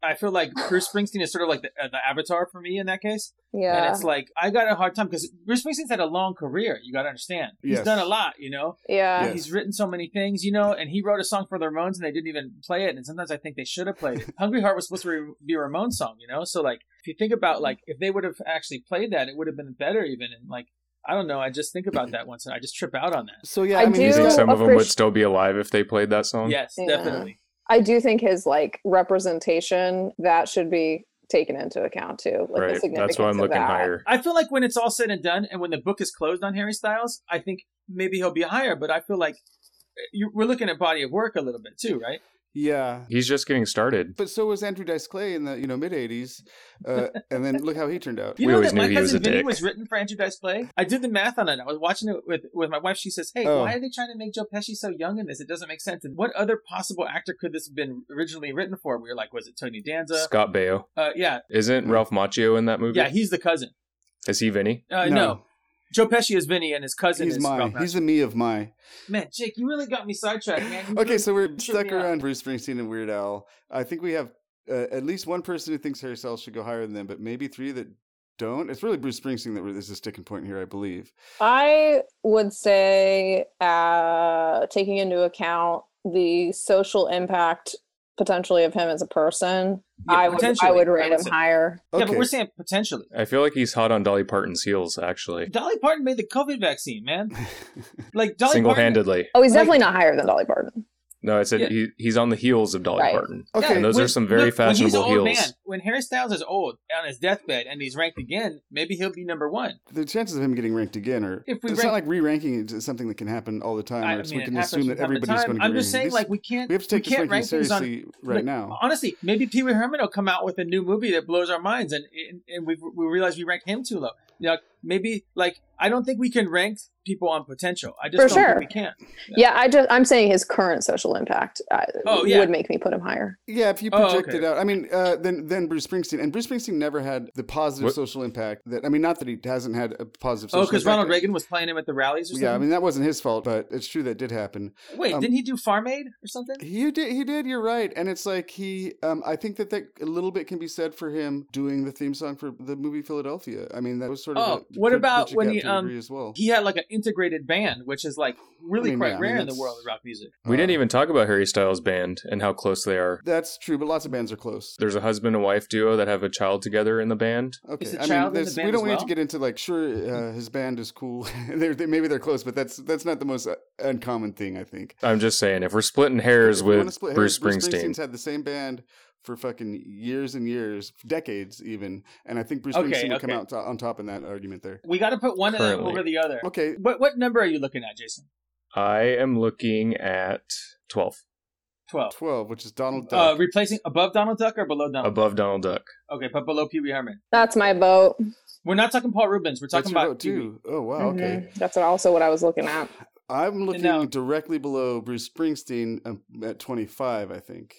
I feel like Bruce Springsteen is sort of like the, uh, the avatar for me in that case, and yeah, it's like I got a hard time because Bruce Springsteen's had a long career. You got to understand, he's Yes. done a lot, you know. yeah, Yes. Uh, He's written so many things, you know, and he wrote a song for the Ramones and they didn't even play it. And sometimes I think they should have played it. Hungry Heart was supposed to re- be a Ramones song, you know? So, like, if you think about, like, if they would have actually played that, it would have been better, even. And, like, I don't know. I just think about that once and I just trip out on that. So yeah, I, I mean, do- Do you he's think got- some of them appreciate- would still be alive if they played that song? Yes, Yeah. definitely. I do think his like representation that should be taken into account too. Like the right. significance That's why I'm of looking that. higher. I feel like when it's all said and done and when the book is closed on Harry Styles, I think maybe he'll be higher, but I feel like eh, you, we're looking at body of work a little bit too, right? yeah. He's just getting started. But so was Andrew Dice Clay in the you know mid 80s, uh, and then look how he turned out. You We know always that knew My he Cousin was a Vinny dick. was written for Andrew Dice Clay? I did the math on it. I was watching it with, with my wife. She says, hey, Oh. why are they trying to make Joe Pesci so young in this? It doesn't make sense. And what other possible actor could this have been originally written for? We were like, was it Tony Danza? Scott Baio. Uh, yeah. Isn't Ralph Macchio in that movie? Yeah, he's the cousin. Is he Vinny? Uh, no. Joe Pesci is Vinny and his cousin he's is uh, my Ralph he's Macchio. the me of my. Man, Jake, you really got me sidetracked, man. You Okay, really- so we're Cheer stuck me up. around Bruce Springsteen and Weird Al. I think we have uh, at least one person who thinks Harry Styles should go higher than them, but maybe three that don't. It's really Bruce Springsteen that is a sticking point here, I believe. I would say uh, taking into account the social impact potentially of him as a person, Yeah, I would I potentially, would rate him say- higher. Yeah, Okay. but we're saying potentially. I feel like he's hot on Dolly Parton's heels, actually. Dolly Parton made the COVID vaccine, man. Like Dolly Single Parton. handedly. Oh, he's Like- definitely not higher than Dolly Parton. No, I said Yeah. he, he's on the heels of Dolly Right. Parton. okay, those are some very when he's an fashionable old heels. Man, when Harry Styles is old on his deathbed and he's ranked again, maybe he'll be number one. the chances of him getting ranked again are If we it's rank- not like re-ranking is something that can happen all the time. I or it's, mean, we it can happens assume from that time to everybody's time. going to. I'm just saying, like we can't. we have to take we this can't ranking rank things on- seriously right Look, now. Honestly, maybe Pee Wee Herman will come out with a new movie that blows our minds, and and, and we we realize we ranked him too low. You know, maybe like I don't think we can rank people on potential. I just For don't sure. think we can. Yeah, I just I'm saying his current social impact uh, Oh, yeah. would make me put him higher. Yeah, if you Oh, project okay. it out, I mean, uh, then then Bruce Springsteen and Bruce Springsteen never had the positive What- social impact that I mean, not that he hasn't had a positive. Social Oh, because impact. Ronald Reagan was playing him at the rallies or something. Yeah, I mean that wasn't his fault, but it's true that did happen. Wait, um, didn't he do Farm Aid or something? He did. He did. You're right, and it's like he. Um, I think that that a little bit can be said for him doing the theme song for the movie Philadelphia. I mean that was sort of. Oh, a what bridge about you when got he, to a um, degree as well? he had like an integrated band, which is like I really mean, quite yeah, I rare mean, in the that's- world of rock music. We didn't Uh, even talk about Harry Styles' band and how close they are. That's true, but lots of bands are close. There's a husband and wife duo that have a child together in the band. Okay, Is the I child in mean, there's- the band we don't as need to well? get into like sure uh, his band is cool. they're, they maybe they're close, but that's that's not the most uh, uncommon thing I think. I'm just saying, if we're splitting hairs If you wanna with split Bruce hairs, Springsteen, Springsteen's had the same band for fucking years and years, decades even, and I think Bruce Okay, Springsteen would come okay. out to, on top in that argument there. We got to put one of them Currently. over the other. Okay, What what number are you looking at, Jason? I am looking at 12 Twelve. twelve, which is Donald Uh, Duck. replacing above Donald Duck or below Donald? above Donald Duck. Okay, but below Pee Wee Herman. That's my vote. We're not talking Paul Rubens. We're That's talking your about vote Pee Wee. too. Oh wow, okay. Mhm. That's what- also what I was looking at. I'm looking now- directly below Bruce Springsteen um, at 25. I think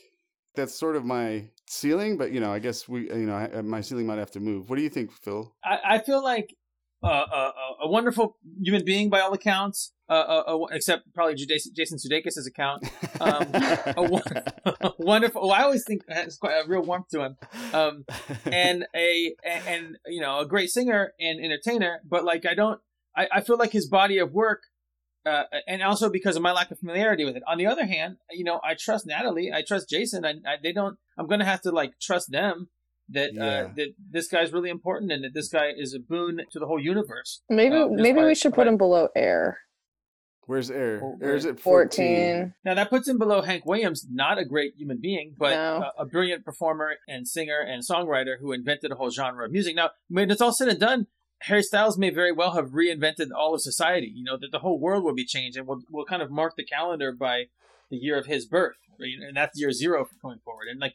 that's sort of my ceiling, but you know, I guess we, you know, I, uh, my ceiling might have to move. What do you think, Phil? I, I feel like uh, uh, a wonderful human being by all accounts, uh, uh, uh, except probably Judas- Jason Sudeikis' account. Um, a wo- wonderful. Oh, I always think has quite a real warmth to him. Um, and a and, and you know a great singer and entertainer but like i don't i, I feel like his body of work uh, and also because of my lack of familiarity with it on the other hand you know i trust natalie i trust jason i, I they don't i'm gonna have to like trust them that Yeah. uh, that this guy's really important and that this guy is a boon to the whole universe Maybe Um, that's maybe why- we should put why- him below air. Where's Air? Oh, Air's at 14. 14. Now that puts him below Hank Williams, not a great human being, but No. a, a brilliant performer and singer and songwriter who invented a whole genre of music. Now, when it's all said and done, Harry Styles may very well have reinvented all of society. You know that the whole world will be changed, and we'll we'll kind of mark the calendar by the year of his birth, right? and that's year zero for going forward. And like,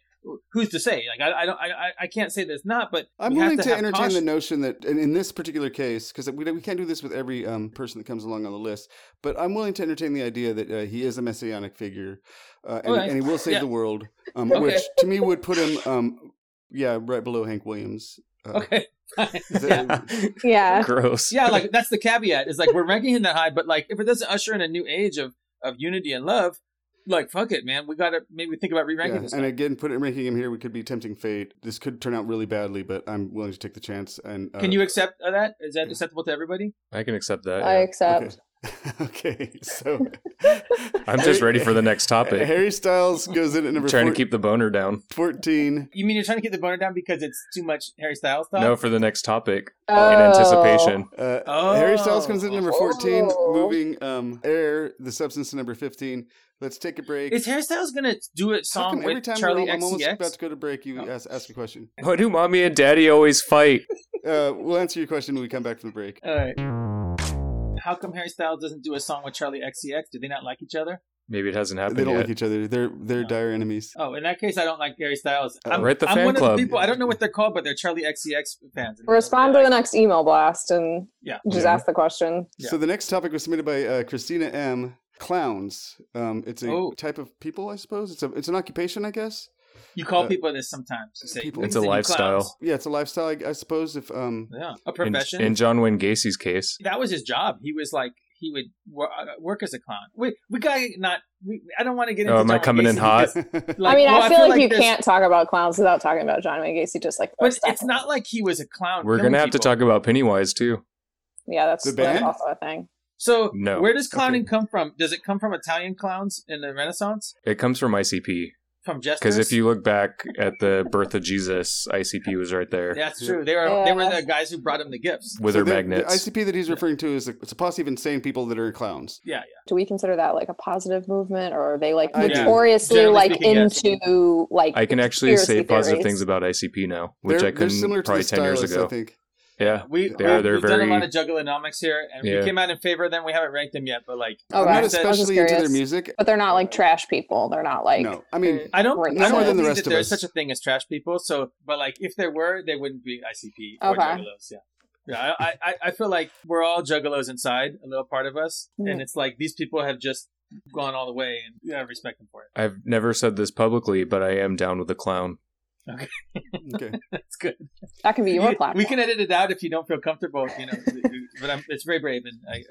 who's to say? Like, I, I don't, I, I- I can't say there's not, but I'm we have willing to, have entertain caution. the notion that in, in this particular case, because we, we can't do this with every um, person that comes along on the list, but I'm willing to entertain the idea that uh, he is a messianic figure uh, and, Okay. and he will save Yeah. the world, um, Okay. which to me would put him, um, yeah, right below Hank Williams. Uh, Okay. is that- uh, Yeah. Gross. yeah, like that's the caveat. Is like we're ranking him that high, but like if it doesn't usher in a new age of of unity and love, like fuck it, man. We gotta maybe think about re-ranking yeah. this. And again, put it, ranking him here, we could be tempting fate. This could turn out really badly, but I'm willing to take the chance. And uh, Can you accept that? Is that acceptable to everybody? I can accept that. I yeah. accept. okay, so I'm just ready for the next topic. Harry Styles goes in at number Trying to four- keep the boner down. 14. You mean you're trying to get the boner down because it's too much Harry Styles talk? No, for the next topic Oh. in anticipation. Uh, Oh. Harry Styles comes in at number 14, Oh. moving um, Air, the substance, to number 15. Let's take a break. Is Harry Styles gonna do a How song come every with E time Charlie we're, I'm almost XCX? about to go to break, you Oh. ask, ask a question? Why do mommy and daddy always fight? Uh, we'll answer your question when we come back from the break. All right. How come Harry Styles doesn't do a song with Charlie XCX? Do they not like each other? Maybe it hasn't they happened don't yet. like each other. They're they're No. dire enemies. Oh, in that case, I don't like Harry Styles. Uh, I'm, we're at the I'm fan one of club. the people. I don't know what they're called, but they're Charlie XCX fans. Respond to the next email blast and Yeah. just Yeah. ask the question. Yeah. So the next topic was submitted by uh, Christina M. Clowns. Um, it's a Oh. type of people, I suppose. It's a it's an occupation, I guess. You call Uh, people this sometimes. You say, people- "You It's a sing lifestyle. clowns." Yeah, it's a lifestyle, I, I suppose. If um, Yeah, a In, profession. in John Wayne Gacy's case, that was his job. He was like he would wor- uh, work as a clown. Wait, we got not. We, I don't want to get Oh, into. am I John coming in Casey hot? because, yeah, like, I mean, well, I, feel like, you there's- can't talk about clowns without talking about John Wayne Gacy. Just like, for a But it's second. not like he was a clown. we're killing gonna have to people. talk about Pennywise too. Yeah, that's, The that's band? also a thing. So No. where does clowning come from? Does it come from Italian clowns in the Renaissance? It comes from ICP From jesters? because if you look back at the birth of Jesus, ICP was right there that's true. They were they were Yeah. the guys who brought him the gifts. with her the- magnets. The ICP that he's referring to is a, it's a posse of insane people that are clowns. Yeah, Do we consider that like a positive movement, or are they like I do. notoriously Generally like speaking, yes. into like? I can actually say conspiracy positive theories? things about ICP now, which they're, I they're couldn't similar to probably the ten years stylists, ago. I think. Yeah, we They we are. They're we've done a very- lot of juggleonomics here, and Yeah. we came out in favor of them. We haven't ranked them yet, but like Oh, Okay. I'm not I said- I was just especially into their curious. music. But they're not Uh, like trash people. They're not like. no, I mean, I don't. Right. I No don't more than the believe rest that of there's us. such a thing as trash people. So, but like, if there were, they wouldn't be ICP or Okay. juggalos. Yeah, yeah. I, I, I feel like we're all juggalos inside, a little part of us, and Mm. it's like these people have just gone all the way, and you gotta respect them for it. I've never said this publicly, but I am down with a clown. okay. That's good. That can be your You- platform. We can edit it out if you don't feel comfortable, you know. but I'm, it's very brave, and I, I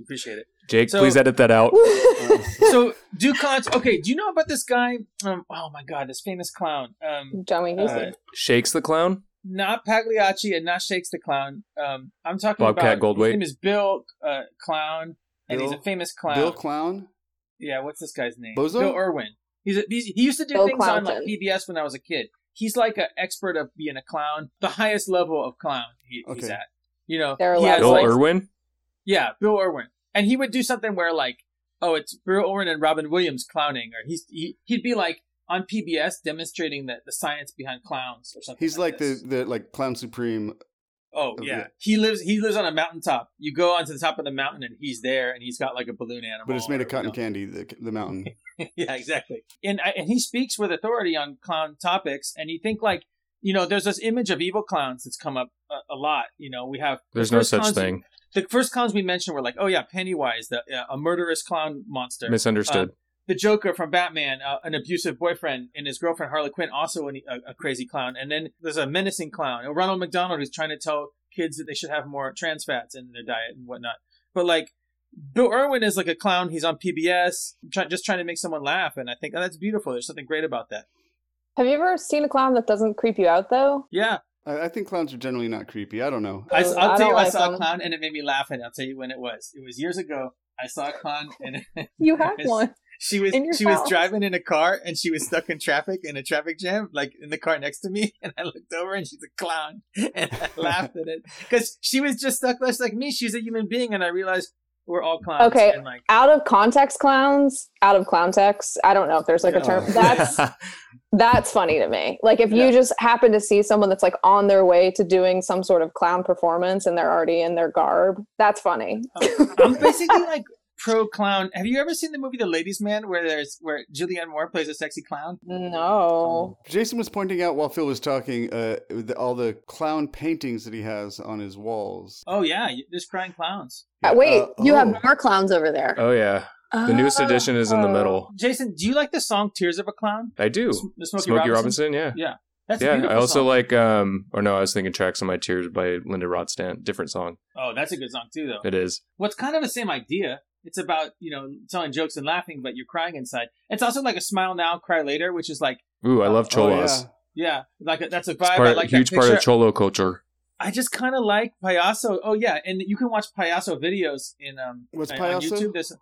appreciate it. Jake, So- please edit that out. Uh, So, do clowns? Okay, do you know about this guy? Um, oh my god, this famous clown. Um, John Wayne Gacy. Uh, Shakes the clown. not Pagliacci and not Shakes the Clown. Um, I'm talking Bobcat about Goldthwait. His name is Bill uh, Clown, and he's a Bill- famous clown. Bill Clown. yeah, what's this guy's name? Bozo? Bill Irwin. He's, a, he's he used to do Bill things on like Clownton. PBS when I was a kid. He's like an expert of being a clown, the highest level of clown he, he's Okay. at. You know, There are he lots has, Bill like- Irwin. yeah, Bill Irwin, and he would do something where like, oh, it's Bill Irwin and Robin Williams clowning, or he's he, he'd be like on PBS demonstrating the, the science behind clowns or something. He's like this. the, the like clown supreme. Oh Oh, yeah. yeah. he lives. He lives on a mountaintop. You go onto the top of the mountain, and he's there, and he's got like a balloon animal. But it's made or, of cotton you candy, the, the mountain. know. yeah, exactly. And I, and he speaks with authority on clown topics, and you think like you know, there's this image of evil clowns that's come up a, a lot. You know, we have the There's no first such clowns- thing. The first clowns we mentioned were like, oh yeah, Pennywise, the uh, a murderous clown monster. Misunderstood. the Joker from Batman, uh, an abusive boyfriend, and his girlfriend Harley Quinn, also an, a, a crazy clown. And then there's a menacing clown, and Ronald McDonald, who's trying to tell kids that they should have more trans fats in their diet and whatnot. But like, Bill Irwin is like a clown. He's on PBS, try, just trying to make someone laugh, and I think oh, that's beautiful. There's something great about that. Have you ever seen a clown that doesn't creep you out though? Yeah, I, I think clowns are generally not creepy. I don't know. I, Uh, will I tell don't you, I like saw a them. clown, and it made me laugh, and I'll tell you when it was. It was years ago. I saw a clown, and You have Yes. one. She was In your she was house. driving in a car and she was stuck in traffic in a traffic jam, like in the car next to me. And I looked over and she's a clown, and I laughed at it because she was just stuck just like me. She's a human being, and I realized We're all clowns. Okay. And like, Out of context clowns, out of clowntext. I don't know if there's like a Yeah. term. That's that's funny to me. Like if you Yeah. just happen to see someone that's like on their way to doing some sort of clown performance and they're already in their garb, that's funny. I'm basically like pro clown. Have you ever seen the movie The Ladies Man, where there's where Julianne Moore plays a sexy clown? No. Jason was pointing out while Phil was talking uh, the, all the clown paintings that he has on his walls. Oh yeah, you- there's crying clowns. Uh, Wait, Uh, you oh. have more clowns over there. oh yeah, the newest Oh. edition is in the middle. Jason, do you like the song "Tears of a Clown"? I do. S- the Smokey, Smokey Robinson. Robinson, yeah. That's a yeah, I beautiful also song. like um or no, I was thinking Tracks on My Tears by Linda Rodstand. Different song. Oh, that's a good song too, though. It is. What's kind of the same idea? It's about you know telling jokes and laughing, but you're crying inside. It's also like a smile now, cry later, which is like Ooh, I love Oh, yeah. cholas. yeah, like a, that's a It's vibe. part- I like huge that part of picture. cholo culture. I just kind of like Payaso. Oh yeah, and you can watch Payaso videos in um What's on payaso? YouTube. There's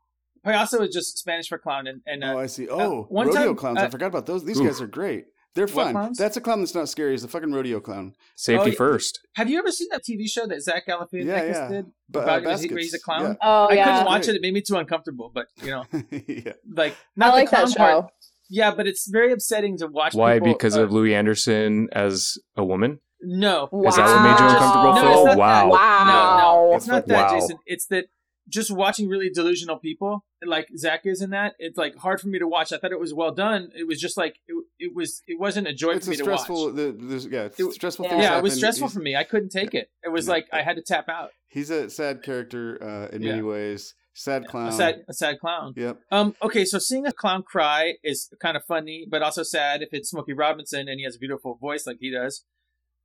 Payaso is just Spanish for clown, and and uh, Oh, I see. Oh, one rodeo time, clowns. uh, I forgot about those. These Oof. guys are great. They're What fun. clowns? That's a clown that's not scary. Is the fucking rodeo clown. Oh, Safety yeah. first. have you ever seen that TV show that Zach Galifianakis Yeah, yeah. did? But About- uh, is he- baskets. he's a clown? Yeah. Oh I yeah. couldn't watch it; it made me too uncomfortable. But you know, yeah. like I not the like that clown show. part. Yeah, but it's very upsetting to watch. Why? people, because uh, of Louis Anderson as a woman? no, Wow. Is that what made you uncomfortable, No, it's Phil? not wow. that. No, no, it's Wow. not that, Wow. Jason. It's that just watching really delusional people like Zach is in that. It's like hard for me to watch. I thought it was well done. It was just like it, it was. It wasn't a joy It's for a me to stressful. watch. The, the, yeah, it's It- stressful. yeah. things Yeah, it was happen. stressful He's- for me. I couldn't take it. It was Yeah. like I had to tap out. He's a sad character uh, in many Yeah. ways. Sad clown. A sad, a sad clown. Yep. Um. Okay. So seeing a clown cry is kind of funny, but also sad if it's Smokey Robinson and he has a beautiful voice like he does.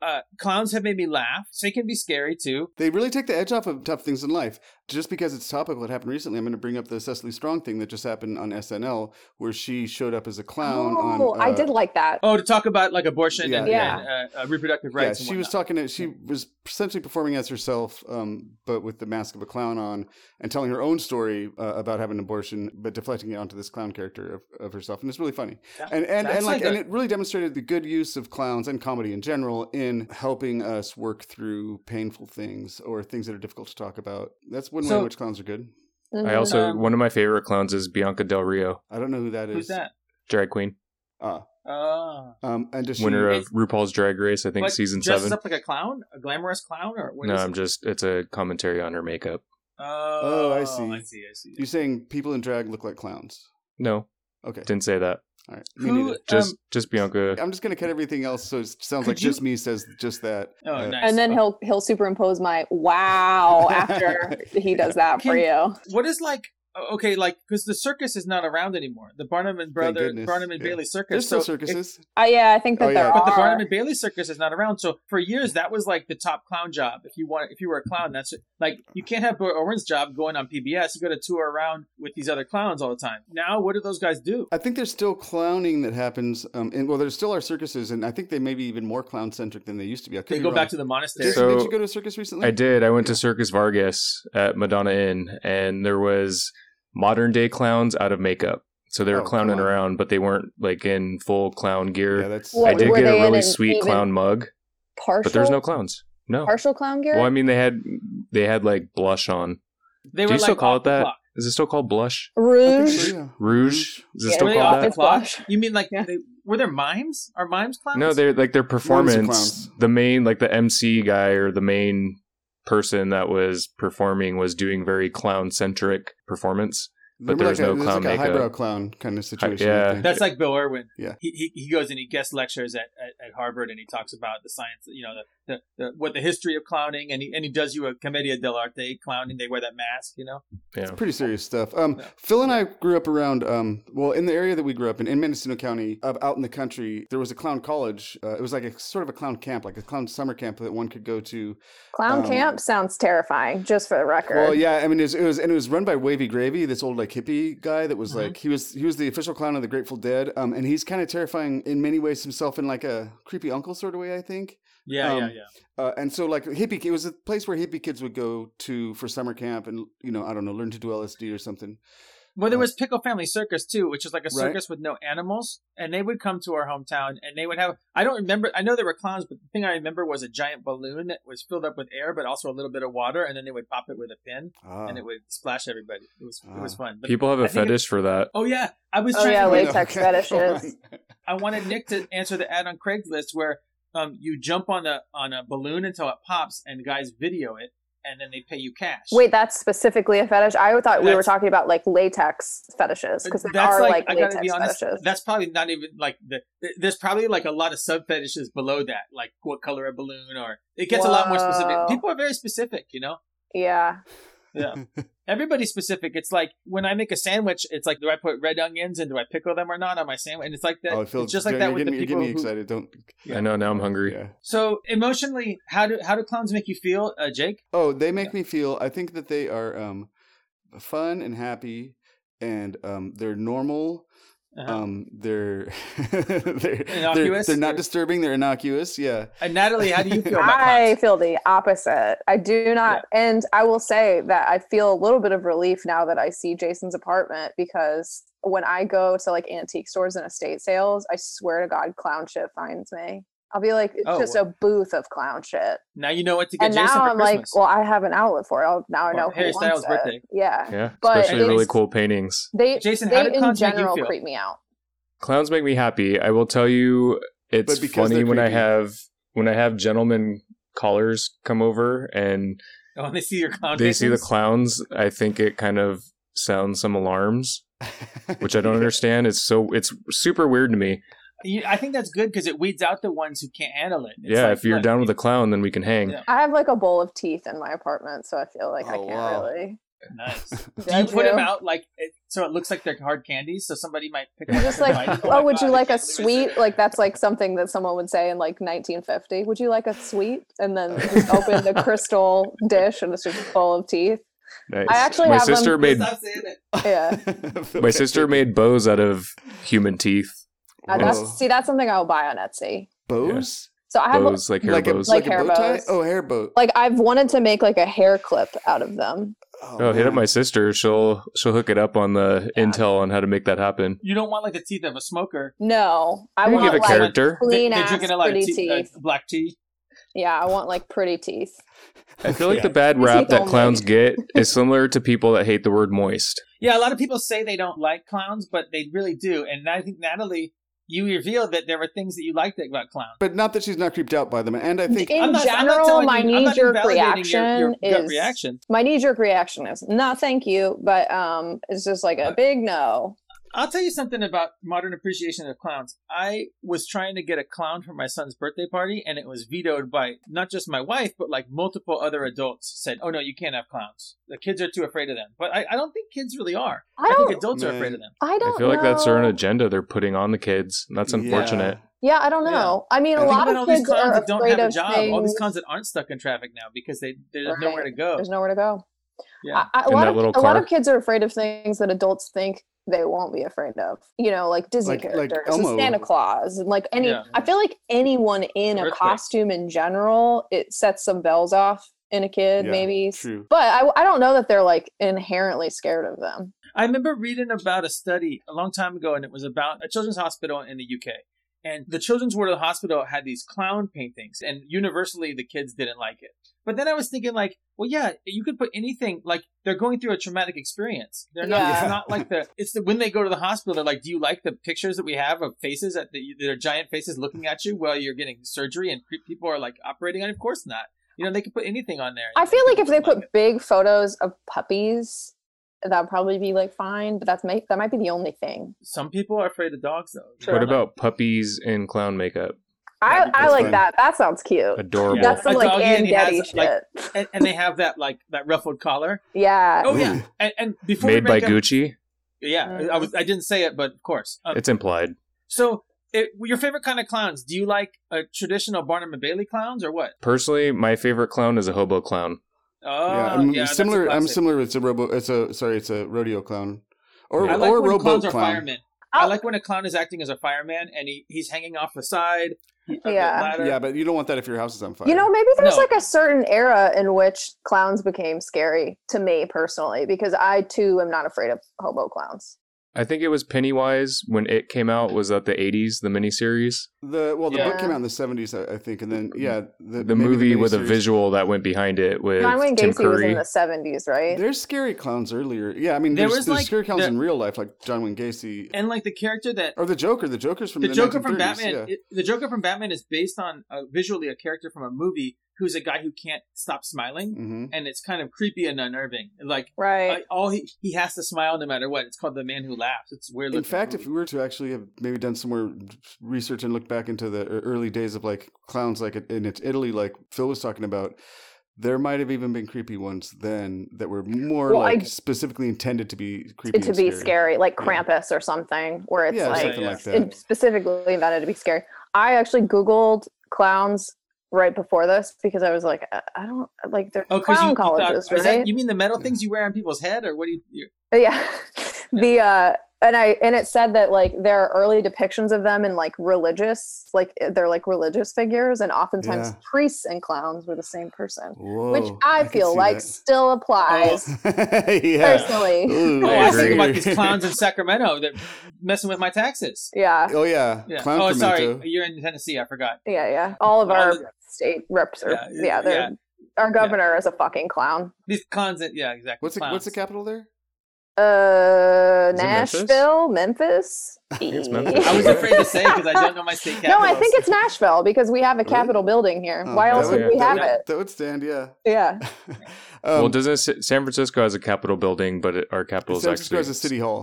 Uh, clowns have made me laugh. So they can be scary too. They really take the edge off of tough things in life. Just because it's topical, it happened recently. I'm going to bring up the Cecily Strong thing that just happened on SNL, where she showed up as a clown. oh, on, I uh, did like that. Oh, to talk about like abortion and, Yeah. and, uh, uh, reproductive Yeah, rights. and she was whatnot. talking. To, she was essentially performing as herself, um, but with the mask of a clown on, and telling her own story uh, about having an abortion, but deflecting it onto this clown character of, of herself, and it's really funny. That- and and, that's and like, like and a- it really demonstrated the good use of clowns and comedy in general in helping us work through painful things or things that are difficult to talk about. That's one way So- in which clowns are good. Mhm. I also Um, one of my favorite clowns is Bianca Del Rio, I don't know who that is. Who's that? drag queen, Ah, Oh. um, and does she, winner of It's- RuPaul's Drag Race, I think Like, season dresses seven. up like a clown, a glamorous clown, or what No, is I'm it? just it's a commentary on her makeup. Oh, Oh, I I see. see. I see. I see. you're saying people in drag look like clowns? No, Okay, didn't say that. all right. Me Who? neither. Just um, just Bianca. I'm just gonna cut everything else, so it sounds Could like just me says just that. oh, Uh, nice. and then he'll he'll superimpose my wow after he does that for you. what is like? oh, Okay, like because the circus is not around anymore. The Barnum and Brother, goodness, Barnum and yeah. Bailey Circus. There's still so it- circuses. Uh, yeah, I think that Oh, there yeah. but the are. Barnum and Bailey Circus is not around. So for years, that was like the top clown job. If you want, if you were a clown, that's like you can't have Bert Oren's job going on PBS. You got to tour around with these other clowns all the time. Now, what do those guys do? I think there's still clowning that happens, um, and well, there still are circuses, and I think they may be even more clown centric than they used to be. I could They be go wrong. back to the monastery. Did, So- did you go to a circus recently? I did. I went to Circus Vargas at Madonna Inn, and there was modern day clowns out of makeup. So they were Oh, come clowning on. around, but they weren't like in full clown gear. Yeah, that's. Well, I did were get a they in really an sweet even- clown mug, partial, but there's no clowns. No. partial clown gear. Well, I mean, they had they had like blush on. They Do were you still like call off it the that? clock. Is it still called blush? I think so, Rouge. Oh, yeah. Rouge? Is it Yeah, still Were Really they called off that? the clock? Squash. You mean like Yeah. they, were there mimes? Are mimes clowns? No, they're like their performance. clowns. The main, like the MC guy or the main person that was performing was doing very clown centric performance. But there Remember was like a, no there's clown like a makeup. highbrow clown kind of situation. yeah. I think. That's like Bill Irwin. Yeah. He, he he goes and he guest lectures at, at, at Harvard and he talks about the science, you know, the, the, the what the history of clowning and he and he does you a commedia dell'arte clowning. They wear that mask, you know. Yeah. Pretty serious stuff. Um, Yeah. Phil and I grew up around, um, well, in the area that we grew up in, in Mendocino County, up out in the country, there was a clown college. Uh, it was like a sort of a clown camp, like a clown summer camp that one could go to. Clown Um, camp sounds terrifying, just for the record. Well, yeah, I mean, it was, it was and it was run by Wavy Gravy, this old like hippie guy that was Mhm. like he was he was the official clown of the Grateful Dead, um, and he's kind of terrifying in many ways himself in like a creepy uncle sort of way, I think. Yeah, yeah, Um, yeah. Uh, and so like hippie, it was a place where hippie kids would go to for summer camp, and you know, I don't know, learn to do LSD or something. Well, there was Pickle Family Circus too, which is like a Right. circus with no animals, and they would come to our hometown and they would have. I don't remember. I know there were clowns, but the thing I remember was a giant balloon that was filled up with air, but also a little bit of water, and then they would pop it with a pin, Ah. and it would splash everybody. It was it was Ah. fun. But, People have a I think it- fetish for that. oh yeah, I was Oh, trying. yeah, to, Oh, no. latex Okay. fetishes. I wanted Nick to answer the ad on Craigslist where um you jump on a on a balloon until it pops, and guys video it, and then they pay you cash. Wait, that's specifically a fetish. I thought we were That's- talking about like latex fetishes because there That's are like, like, I gotta latex be honest. fetishes. That's probably not even like the. th- There's probably like a lot of sub fetishes below that, like what color a balloon, or it gets a lot more specific. Wow. People are very specific, you know. yeah. Yeah, everybody's specific. It's like when I make a sandwich, it's like do I put red onions and do I pickle them or not on my sandwich? And it's like that. Oh, Phil, it's just like you're that with the getting me- people. You're getting me who- excited. Don't. I know. Now I'm hungry. Yeah. so emotionally, how do how do clowns make you feel, uh, Jake? Oh, they make me feel. I think that they are um, fun and happy, and um, they're normal. Uh-huh. Um, they're they're, they're Innocuous? they're not Or- disturbing. They're innocuous. Yeah. and Natalie, how do you feel about clowns? I feel the opposite. I do not. And I will say that I feel a little bit of relief now that I see Jason's apartment because when I go to like antique stores and estate sales, I swear to God, clown shit finds me. I'll be like, it's Oh, just a booth of clown shit. Now you know what to get And Jason now for I'm like, Christmas. well, I have an outlet for it. I'll, now I Or know who Harry wants Styles' it. birthday. Yeah. Yeah, But especially it really is- cool paintings. They, Jason, how they do in clowns make you general feel? creep me out. Clowns make me happy. I will tell you, it's But because funny they're when I creepy. have when I have gentlemen callers come over and Oh, they see your clown. they see the faces? clowns. I think it kind of sounds some alarms, which I don't understand. It's so it's super weird to me. You, I think that's good because it weeds out the ones who can't handle it. It's yeah, like, if you're look, down with a clown, then we can hang. Yeah. I have like a bowl of teeth in my apartment, so I feel like I Oh, can't wow. really. nice. Do you judge put them out like it, so it looks like they're hard candies? So somebody might pick I'm one just up and like, bite it. my oh, would God, you I like a can't believe I said sweet? that. Like that's like something that someone would say in like 1950. Would you like a sweet? And then just open the crystal dish and it's just full of teeth. Nice. I actually my have um, sister them- made Stop saying it. Yeah, my sister made Oh, bows out of human teeth. Uh, Whoa. that's see, that's something I will buy on Etsy. bows. So I have Bows like hair Like a bows. Like like, a hair bow tie. bows. Oh, hair bow. like I've wanted to make like a hair clip out of them. oh, hit up man. my sister. She'll she'll hook it up on the intel on how to make that happen. You don't want like the teeth of a smoker. No, I I You give want a like character. They- clean they're ass drinking a lot of pretty tea- uh, teeth. black tea. Yeah, I want like pretty teeth. I feel like Yeah. the bad Teeth rap that only. clowns get is similar to people that hate the word moist. Yeah, a lot of people say they don't like clowns, but they really do. And I think Natalie, you revealed that there were things that you liked about clowns. But not that she's not creeped out by them, and I think In I'm not, I'm not general, telling my you- I'm knee not jerk invalidating reaction your- your, gut is reaction. my knee jerk reaction is not thank you, but um, it's just like a big no. I'll tell you something about modern appreciation of clowns. I was trying to get a clown for my son's birthday party, and it was vetoed by not just my wife, but like multiple other adults said, "Oh no, you can't have clowns. The kids are too afraid of them." But I, I don't think kids really are. I I think don't. adults are Man. afraid of them. I I don't. feel like that's their own know. agenda they're putting on the kids. and That's Yeah. unfortunate. Yeah, I don't Yeah. know. I mean, I a think lot Even of all these kids clowns are that don't afraid have a of job, things. all these clowns that aren't stuck in traffic now because they there's Right. nowhere to go. There's nowhere to go. Oh. Yeah. I, I, a In lot that of little a lot of car. kids are afraid of things that adults think they won't be afraid of. You know, like Disney Like- like characters, and Elmo. Santa Claus, and like any. Yeah. I feel like anyone in a Earthquake. costume in general, it sets some bells off in a kid, Yeah, maybe. true. But I, I don't know that they're like inherently scared of them. I remember reading about a study a long time ago, and it was about a children's hospital in the UK. And the children's ward of the hospital had these clown paintings, and universally the kids didn't like it. But then I was thinking, like, well, yeah, you could put anything. Like, they're going through a traumatic experience. They're not. Yeah. It's not like the. It's the, when they go to the hospital, they're like, do you like the pictures that we have of faces that the, their giant faces looking at you while you're getting surgery, and pe- people are like operating on? Of course not. You know, they could put anything on there. I feel like if they People put big photos of puppies, that'd probably be like fine. But that's make, that might be the only thing. Some people are afraid of dogs, though. What about puppies in clown makeup? I, That'd be I like fun. that. That sounds cute. Adorable. Yeah. That's some A like doggy and Ann he has, Getty like- shit. and, and they have that like that ruffled collar. yeah. Oh yeah, Ooh. and, and before we Made by break up- Gucci. Yeah, I- I was I didn't say it, but of course. Um, It's implied. so, it, your favorite kind of clowns? Do you like uh, traditional Barnum and Bailey clowns or what? Personally, my favorite clown is a hobo clown. Oh, yeah, I'm that's a similar. I'm classic. similar. It's a robo. It's a sorry. It's a rodeo clown, or Yeah. I like or when rowboat clowns are clown. Oh. firemen. I like when a clown is acting as a fireman and he, he's hanging off the side the Yeah. ladder. Yeah, but you don't want that if your house is on fire. You know, maybe there's No. like a certain era in which clowns became scary to me personally, because I too am not afraid of hobo clowns. I think it was Pennywise when it came out. Was that the '80s, the miniseries, the well, the book Yeah. came out in the seventies, I, I think, and then yeah, the, the maybe movie with a miniseries. visual that went behind it with John Wayne Tim Gacy was Curry? in the 70s, right? There's scary clowns earlier. Yeah, I mean, There there's, was, there's like, scary clowns the- in real life, like John Wayne Gacy And like the character that or the Joker. The Joker's from the, the, Joker from 1930s, Batman. yeah. it- the Joker from Batman is based on uh, visually a character from a movie who's a guy who can't stop smiling, hmm and it's kind of creepy and unnerving. Like Right. uh, all he, he has to smile no matter what. It's called The Man Who Laughs. It's weird. In fact, if we were to actually have maybe done some more research and look back into the ear- early days of like clowns, like in it- Italy, like Phil was talking about, there might have even been creepy ones then that were more Well, like I- specifically intended to be creepy. It to and be scary. scary, like Yeah. Krampus or something, where it's yeah, like something Yeah, like that. it specifically invented to be scary. I actually Googled clowns right before this because I was like, I, I don't like they're oh, because clown you, you thought- colleges, is right? that- you mean the metal things you wear on people's head, or what do you? you yeah the uh and i and it said that like there are early depictions of them in like religious like eh, they're like religious figures and oftentimes Yeah. priests and clowns were the same person Whoa, which i, can feel see like that. Oh. still applies yeah. personally Ooh, oh, I I, think agree. about these clowns in Sacramento that messing with my taxes. yeah Oh yeah, Yeah. clown oh, fermento. sorry, you're in Tennessee. I forgot. yeah yeah all of All our the- state reps are Yeah, yeah, yeah. they're our governor is a fucking clown These clowns. that- Yeah, exactly. What's the, clowns. what's the capital there? uh Is it Memphis? nashville memphis, E. it's Memphis. I was afraid to say because I don't know my state no capital. i think it's nashville because we have a Really? capitol building here Oh, why that else would- would we that have would- it That would stand, yeah. yeah um, well, doesn't S- San Francisco has a Capitol building, but it, our capital San is Francisco actually has a city hall.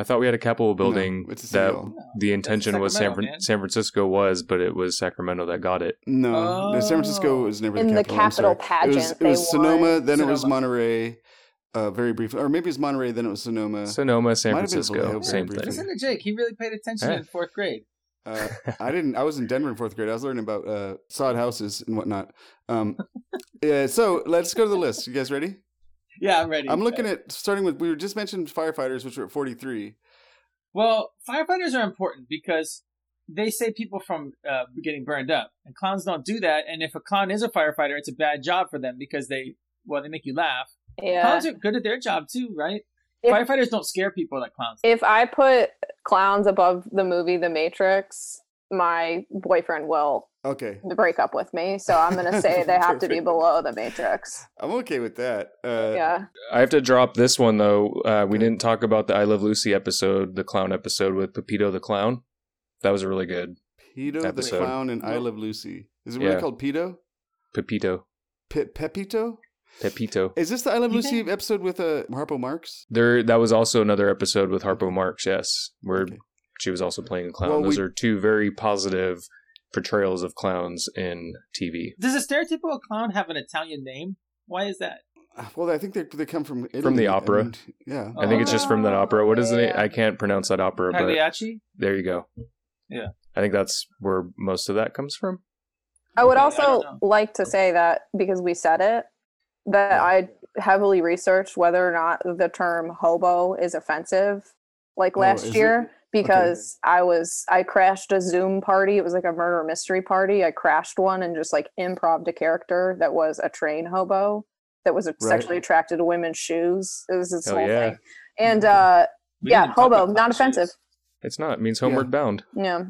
I thought we had a Capitol building it's a city that hall. the intention was San, Sacramento, Fran- man. San Francisco was, but it was Sacramento that got it. No, no, San Francisco Oh. was never In the the capital. I'm sorry. capital it was, pageant, it was they Sonoma, won. then it was Sonoma. Monterey, uh, very briefly, or maybe it was Monterey, then it was Sonoma. Sonoma, San Uh, Might have been Francisco, Vallejo same very thing. Listen to Jake. He really paid attention Yeah. in fourth grade. Uh, I didn't. I was in Denver in fourth grade. I was learning about uh, sod houses and whatnot. Um, yeah, so let's go to the list. You guys ready? Yeah, I'm ready. I'm looking at starting with. We were just mentioned firefighters, which were at 43. Well, firefighters are important because they save people from uh, getting burned up, and clowns don't do that. And if a clown is a firefighter, it's a bad job for them because they well they make you laugh. yeah Clowns are good at their job too, right? If- firefighters don't scare people like clowns. if I put clowns above the movie The Matrix, my boyfriend will Okay, break up with me. So I'm going to say they have to be Perfect. below The Matrix. I'm okay with that. Uh, Yeah. I have to drop this one though. Uh, we didn't talk about the I Love Lucy episode, the clown episode with Pepito the clown. That was really good. Pedo the Episode. clown and I Nope. Love Lucy. Is it really Yeah. called Pedo? Pepito, Pe- Pepito? Pepito. Is this the I Love You Lucy think- episode with uh, Harpo Marx? There, that was also another episode with Harpo Marx. Yes, where Okay. she was also playing a clown. Well, Those we- are two very positive portrayals of clowns in TV Does a stereotypical clown have an Italian name? Why is that? Ah, Well, I think they they come from Italy, From the opera. and- yeah. I think it's just from that opera. What is it? Ah. Yeah. I can't pronounce that opera, but Pagliacci? there you go. Yeah. I think that's where most of that comes from. I would Okay, I also don't like to say that because we said it, that Yeah. I heavily researched whether or not the term hobo is offensive like Oh, last is it? year because I was I crashed a Zoom party. It was like a murder mystery party. I crashed one and just like improv a character that was a train hobo that was sexually attracted to women's shoes. It was this Hell whole yeah. thing. And uh Mm-hmm. We yeah, didn't talk hobo, about not clown offensive. shoes. It's not. It means homeward Yeah. bound. Yeah.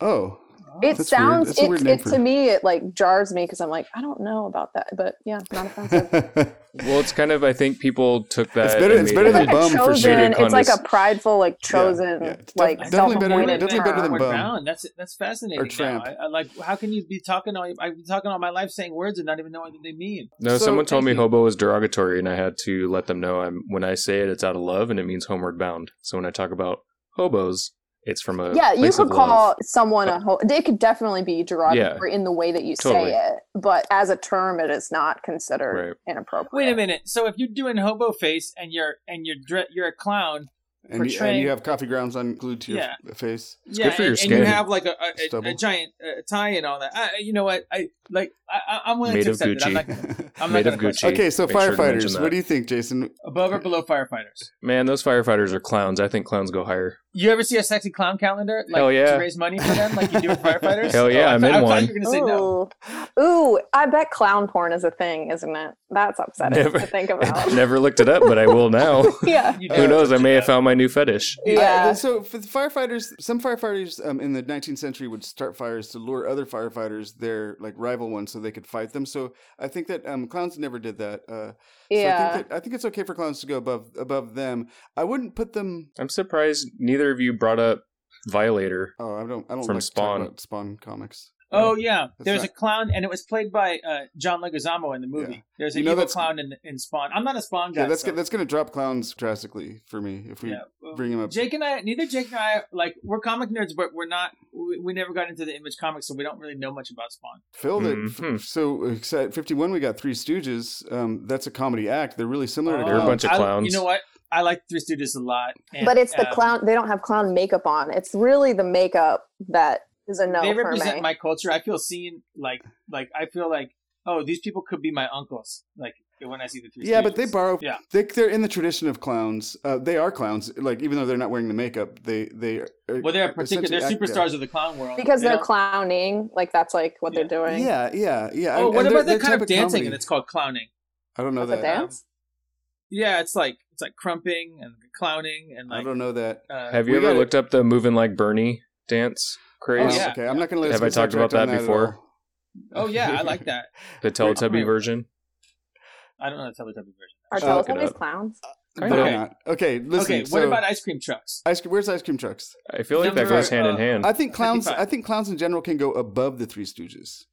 Oh, It That's weird. sounds That's a weird it, name it for to it. me it like jars me because I'm like, I don't know about that. But yeah, not offensive. Well, it's kind of. I think people took that. It's better- and it's made better it- it's than like a bum for chosen Shaded it's like a Condas. prideful, like chosen, yeah. It's def- like definitely better- self-appointed definitely better term. than Outward bum. bound. That's that's fascinating. Or tramp. now. I, I like how can you be talking all I've been talking all my life saying words and not even knowing what they mean. No, So- someone told Thank me you. hobo was derogatory, and I had to let them know. I'm when I say it, it's out of love, and it means homeward bound. So when I talk about hobos, it's from a yeah, you place of could call love. someone a ho- it could definitely be derogatory in the way that you Totally. say it, but as a term, it is not considered Right. inappropriate. Wait a minute. So if you're doing hobo face and you're and you're dre- you're a clown, and, you, and Portraying- you have coffee grounds on glued to your Yeah. f- face. yeah, good for and, your and skin. you have like a, a, a, Stubble. a giant uh, tie and all that. I, you know what? I like I, I- I'm willing Made to of accept it. I'm Gucci. not, I'm not Made gonna of question Gucci. okay, so Make sure to mention firefighters. that. what do you think, Jason? Uh, above or below firefighters. Man, those firefighters are clowns. I think clowns go higher. You ever see a sexy clown calendar? Like, Hell yeah. To raise money for them, like you do with firefighters? Hell yeah, I I'm thought- in I thought one. You were gonna say no. Ooh. Ooh, I bet clown porn is a thing, isn't it? That's upsetting Never- to think I about. never looked it up, but I will now. Oh. yeah. You Who do. knows? I may have found my new fetish. Yeah. Uh, so for the firefighters, some firefighters um, in the 19th century would start fires to lure other firefighters, their like rival ones, so they could fight them. So I think that um, clowns never did that. Uh, So I Yeah. think, that, I think it's okay for clowns to go above above them. I wouldn't put them. I'm surprised neither of you brought up Violator. Oh, I don't. I don't From like to talk Spawn. about Spawn comics. Oh yeah, That's there's not- a clown, and it was played by uh, John Leguizamo in the movie. Yeah. There's You an know evil that's- clown in, in Spawn. I'm not a Spawn guy. yeah, that's so- go- that's gonna drop clowns drastically for me if we yeah. well, bring him up. Jake and I, neither Jake and I, like we're comic nerds, but we're not. We, we never got into the Image comics, so we don't really know much about Spawn. Phil, that Mhm. f- so uh, except fifty one, we got Three Stooges. Um, that's a comedy act. They're really similar to They're a clowns. bunch of I- clowns. you know what? I like Three Stooges a lot, and, Oh. But it's the um, clown. They don't have clown makeup on. It's really the makeup that is a no they for represent me. my culture. I feel seen. Like like I feel like oh these people could be my uncles. Like when I see the Three Yeah, but Stooges. they borrow. Yeah. They, they're in the tradition of clowns. Uh, they are clowns. Like even though they're not wearing the makeup, they they. Are, uh, well they're particular they're essentially act- superstars of the clown world because They they're don't- clowning. Like that's like what Yeah. they're doing. Yeah, yeah, yeah. Oh, And- what and about they're- they're the kind type of dancing comedy. and it's called clowning? I don't know um, That's a that. dance. Yeah, it's like it's like crumping and clowning and I like don't know that. uh, Have you We ever gotta- looked up the moving like Bernie dance craze? Oh, yeah. Okay, I'm not gonna let. us Have get I talked about sidetracked on that at before? all. oh yeah, I like that. The Teletubby Wait. version. I don't know the Teletubby version. Are Uh, Teletubbies clowns? Kind They're Okay. not. Okay, listen. okay, what so about ice cream trucks? ice cream? Where's ice cream trucks? I feel like that Number, goes hand in uh, hand. I think clowns. 55. I think clowns in general can go above the Three Stooges,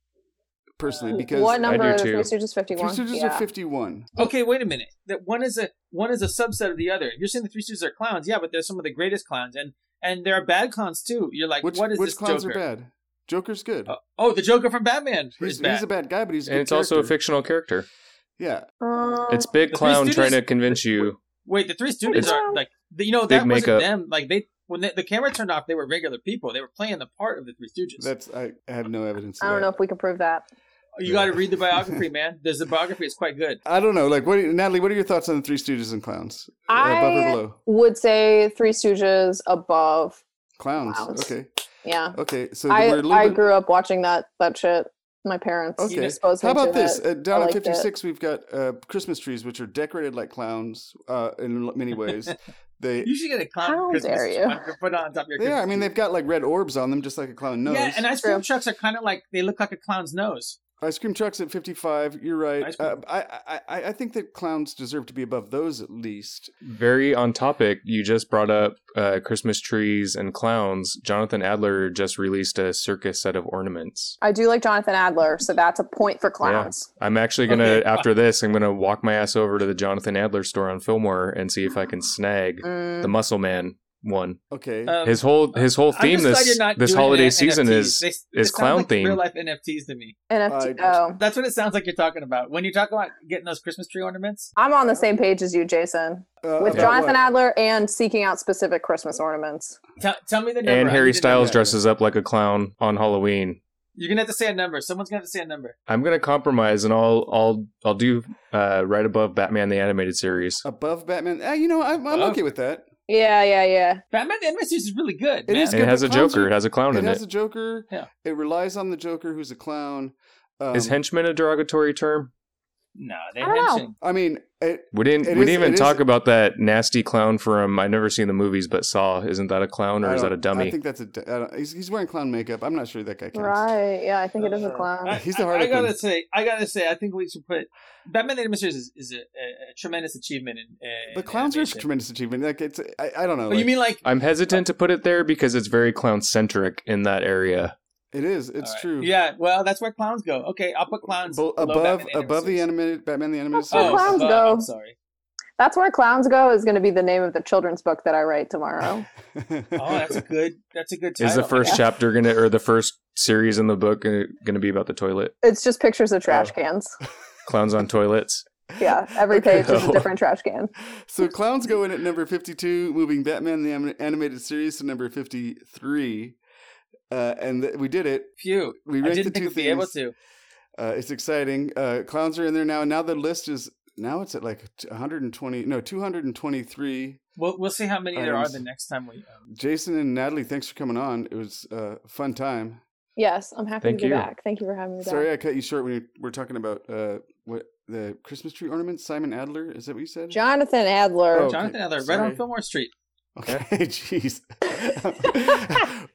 personally, because What I number do are the too. Three Stooges? Three Fifty-one. Stooges are Yeah. 51. Okay, wait a minute. That one is a one is a subset of the other. You're saying the Three Stooges are clowns, yeah, but they're some of the greatest clowns, and and there are bad clowns too. You're like, which what is which this clowns Joker? are bad? Joker's good. Uh, oh, the Joker from Batman he's, is bad. he's a bad guy, but he's a and good it's also a character. fictional character. Yeah, Oh. Um, It's Big The Three Clown Stooges- trying to convince you. Wait, the Three Stooges It's- are like the, you know Big that wasn't makeup. them. Like they when the the camera turned off, they were regular people. They were playing the part of the Three Stooges. that's I have no evidence. of I don't know that. if we can prove that. You got to read the biography, man. There's the biography; it's quite good. I don't know. Like, what? Natalie, what are your thoughts on the Three Stooges and clowns? Uh, I above or below? would say Three Stooges above. Clowns. Clowns. Okay. Yeah. Okay. So we're I, a little I bit- grew up watching that that shit. My parents Okay. exposed me How about to this? it. Uh, down I at liked it. 56, we've got uh, Christmas trees, which are decorated like clowns uh, in l- many ways. they You should get a clown How Christmas dare you. one to put on top of your they Christmas are. I mean, tree. they've got like red orbs on them, just like a clown nose. yeah, and ice cream True. trucks are kind of like they look like a clown's nose. ice cream trucks at 55. You're right. Ice cream. Uh, I, I, I I think that clowns deserve to be above those at least. Very on topic, you just brought up uh, Christmas trees and clowns. Jonathan Adler just released a circus set of ornaments. I do like Jonathan Adler, so that's a point for clowns. I'm actually gonna Okay. after this, I'm gonna walk my ass over to the Jonathan Adler store on Fillmore and see if I can snag Mm. the Muscle Man one. Okay. Uh-huh. Um, His whole his whole I'm theme just glad this you're not this doing holiday N- season NFTs. is They- they is sound clown like themed. Real life NFTs to me. NFT. I- oh, That's what it sounds like you're talking about when you're talking about getting those Christmas tree ornaments. I'm on the same page as you, Jason, Uh, with about Jonathan what? Adler and seeking out specific Christmas ornaments. Tell tell me the number. and I Harry need the number. Styles dresses up like a clown on Halloween. You're gonna have to say a number. Someone's gonna have to say a number. I'm gonna compromise and I'll I'll I'll do uh, right above Batman the animated series. Above Batman. Uh, you know, I, I'm Above? okay with that. Yeah, yeah, yeah. Batman the Animated Series is really good. It man. is And good, it has but a clowns Joker. are- It has a clown it in has it. a Joker. eh? Yeah. It relies on the Joker, who's a clown. Um, Is henchman a derogatory term? No, they I don't know. mentioned. I mean, it, We didn't. It we is- didn't even it is- talk about that nasty clown from. I've never seen the movies, but Saw. Isn't that a clown or I is that a don't- I dummy? think that's a. d- I don't- he's, he's wearing clown makeup. I'm not sure that guy counts. Right. Yeah, I think it is a clown. He's the I, Harlequin. gotta say, I gotta say, I think we should put Batman the Animated Series is, is a, a, a tremendous achievement. In, in But clowns are a animation. tremendous achievement. Like it's, I, I don't know. Oh, you like, mean like I'm hesitant to put it there because it's very clown centric in that area. it is. It's All right. true. Yeah, well, that's where clowns go. Okay, I'll put clowns Bo- below above Batman above the Animated animated Batman the animated That's where series. Series. clowns above, go. I'm sorry. That's where clowns go is going to be the name of the children's book that I write tomorrow. Oh, that's a good. That's a good. Title. Is the first Yeah. chapter gonna or the first series in the book gonna, gonna be about the toilet? it's just pictures of trash Oh. cans. Clowns on toilets. Yeah, every Okay. page is a different trash can. So clowns go in at number fifty-two, moving Batman the anim- animated series to number fifty-three, uh, and th- we did it. Phew. We I ranked the didn't think two we'd be able things. to. Uh, it's exciting. Uh, clowns are in there now. Now the list is Now it's at like t- 120, no, 223. We'll we'll see how many there are Items. the next time we. Um, Jason and Natalie, thanks for coming on. It was uh, a fun time. Yes, I'm happy Thank to be you. back. Thank you for having me Sorry back. I cut you short when you were talking about uh, what the Christmas tree ornaments. Simon Adler, is that what you said? Jonathan Adler. Oh, Jonathan okay. Adler, right Sorry. on Fillmore Street. Okay, jeez.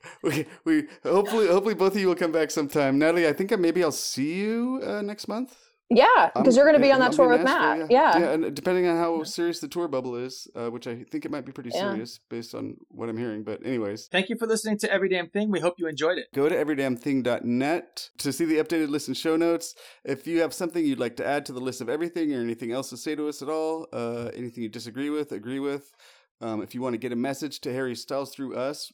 we, we hopefully hopefully both of you will come back sometime. Natalie, I think I, maybe I'll see you uh, next month. yeah, I'm- because you're going to be Um, yeah, on I'll that tour in with Matt. Nashville, Yeah. yeah, and depending on how serious the tour bubble is, uh, which I think it might be pretty Yeah. serious based on what I'm hearing. But anyways, Thank you for listening to Every Damn Thing. We hope you enjoyed it. Go to everydamnthing.net to see the updated list and show notes. If you have something you'd like to add to the list of everything or anything else to say to us at all, uh, anything you disagree with, agree with, um, if you want to get a message to Harry Styles through us,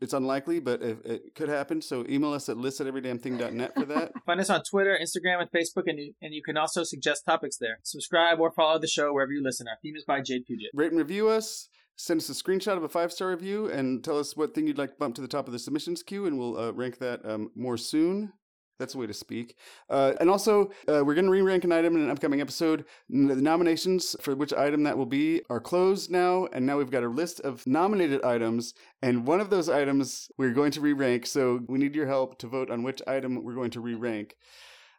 it's unlikely, but it, it could happen. So email us at list at everydamnthing.net for that. Find us on Twitter, Instagram, and Facebook, and you, and you can also suggest topics there. Subscribe or follow the show wherever you listen. Our theme is by Jade Puget. Rate and review us. Send us a screenshot of a five star review and tell us what thing you'd like to bump to the top of the submissions queue, and we'll uh, rank that um, more soon. That's a way to speak. Uh, and also, uh, we're going to re rank an item in an upcoming episode. N- the nominations for which item that will be are closed now, and now we've got a list of nominated items, and one of those items we're going to re rank. So we need your help to vote on which item we're going to re rank.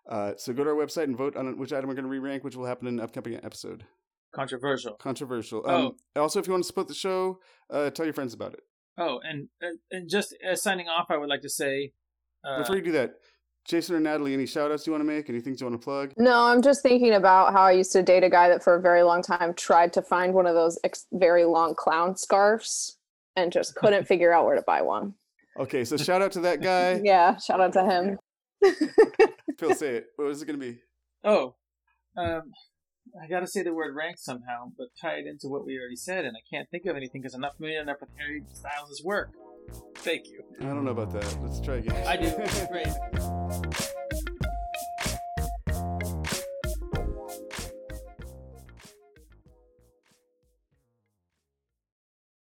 Uh, so go to our website and vote on which item we're going to re rank, which will happen in an upcoming episode Controversial. controversial. Um, Also, if you want to support the show, uh, tell your friends about it. Oh, and uh, and just uh, signing off, I would like to say. Uh, Before you do that, Jason or Natalie, any shout outs you want to make? Any things you want to plug? No, I'm just thinking about how I used to date a guy that for a very long time tried to find one of those ex- very long clown scarves and just couldn't figure out where to buy one. Okay, so shout out to that guy. Yeah, shout out to him. Phil, say it. What is it going to be? Oh, um, I got to say the word rank somehow, but tie it into what we already said, and I can't think of anything because I'm not familiar enough with Harry Styles' work. Thank you. I don't know about that. Let's try again. I do. Great.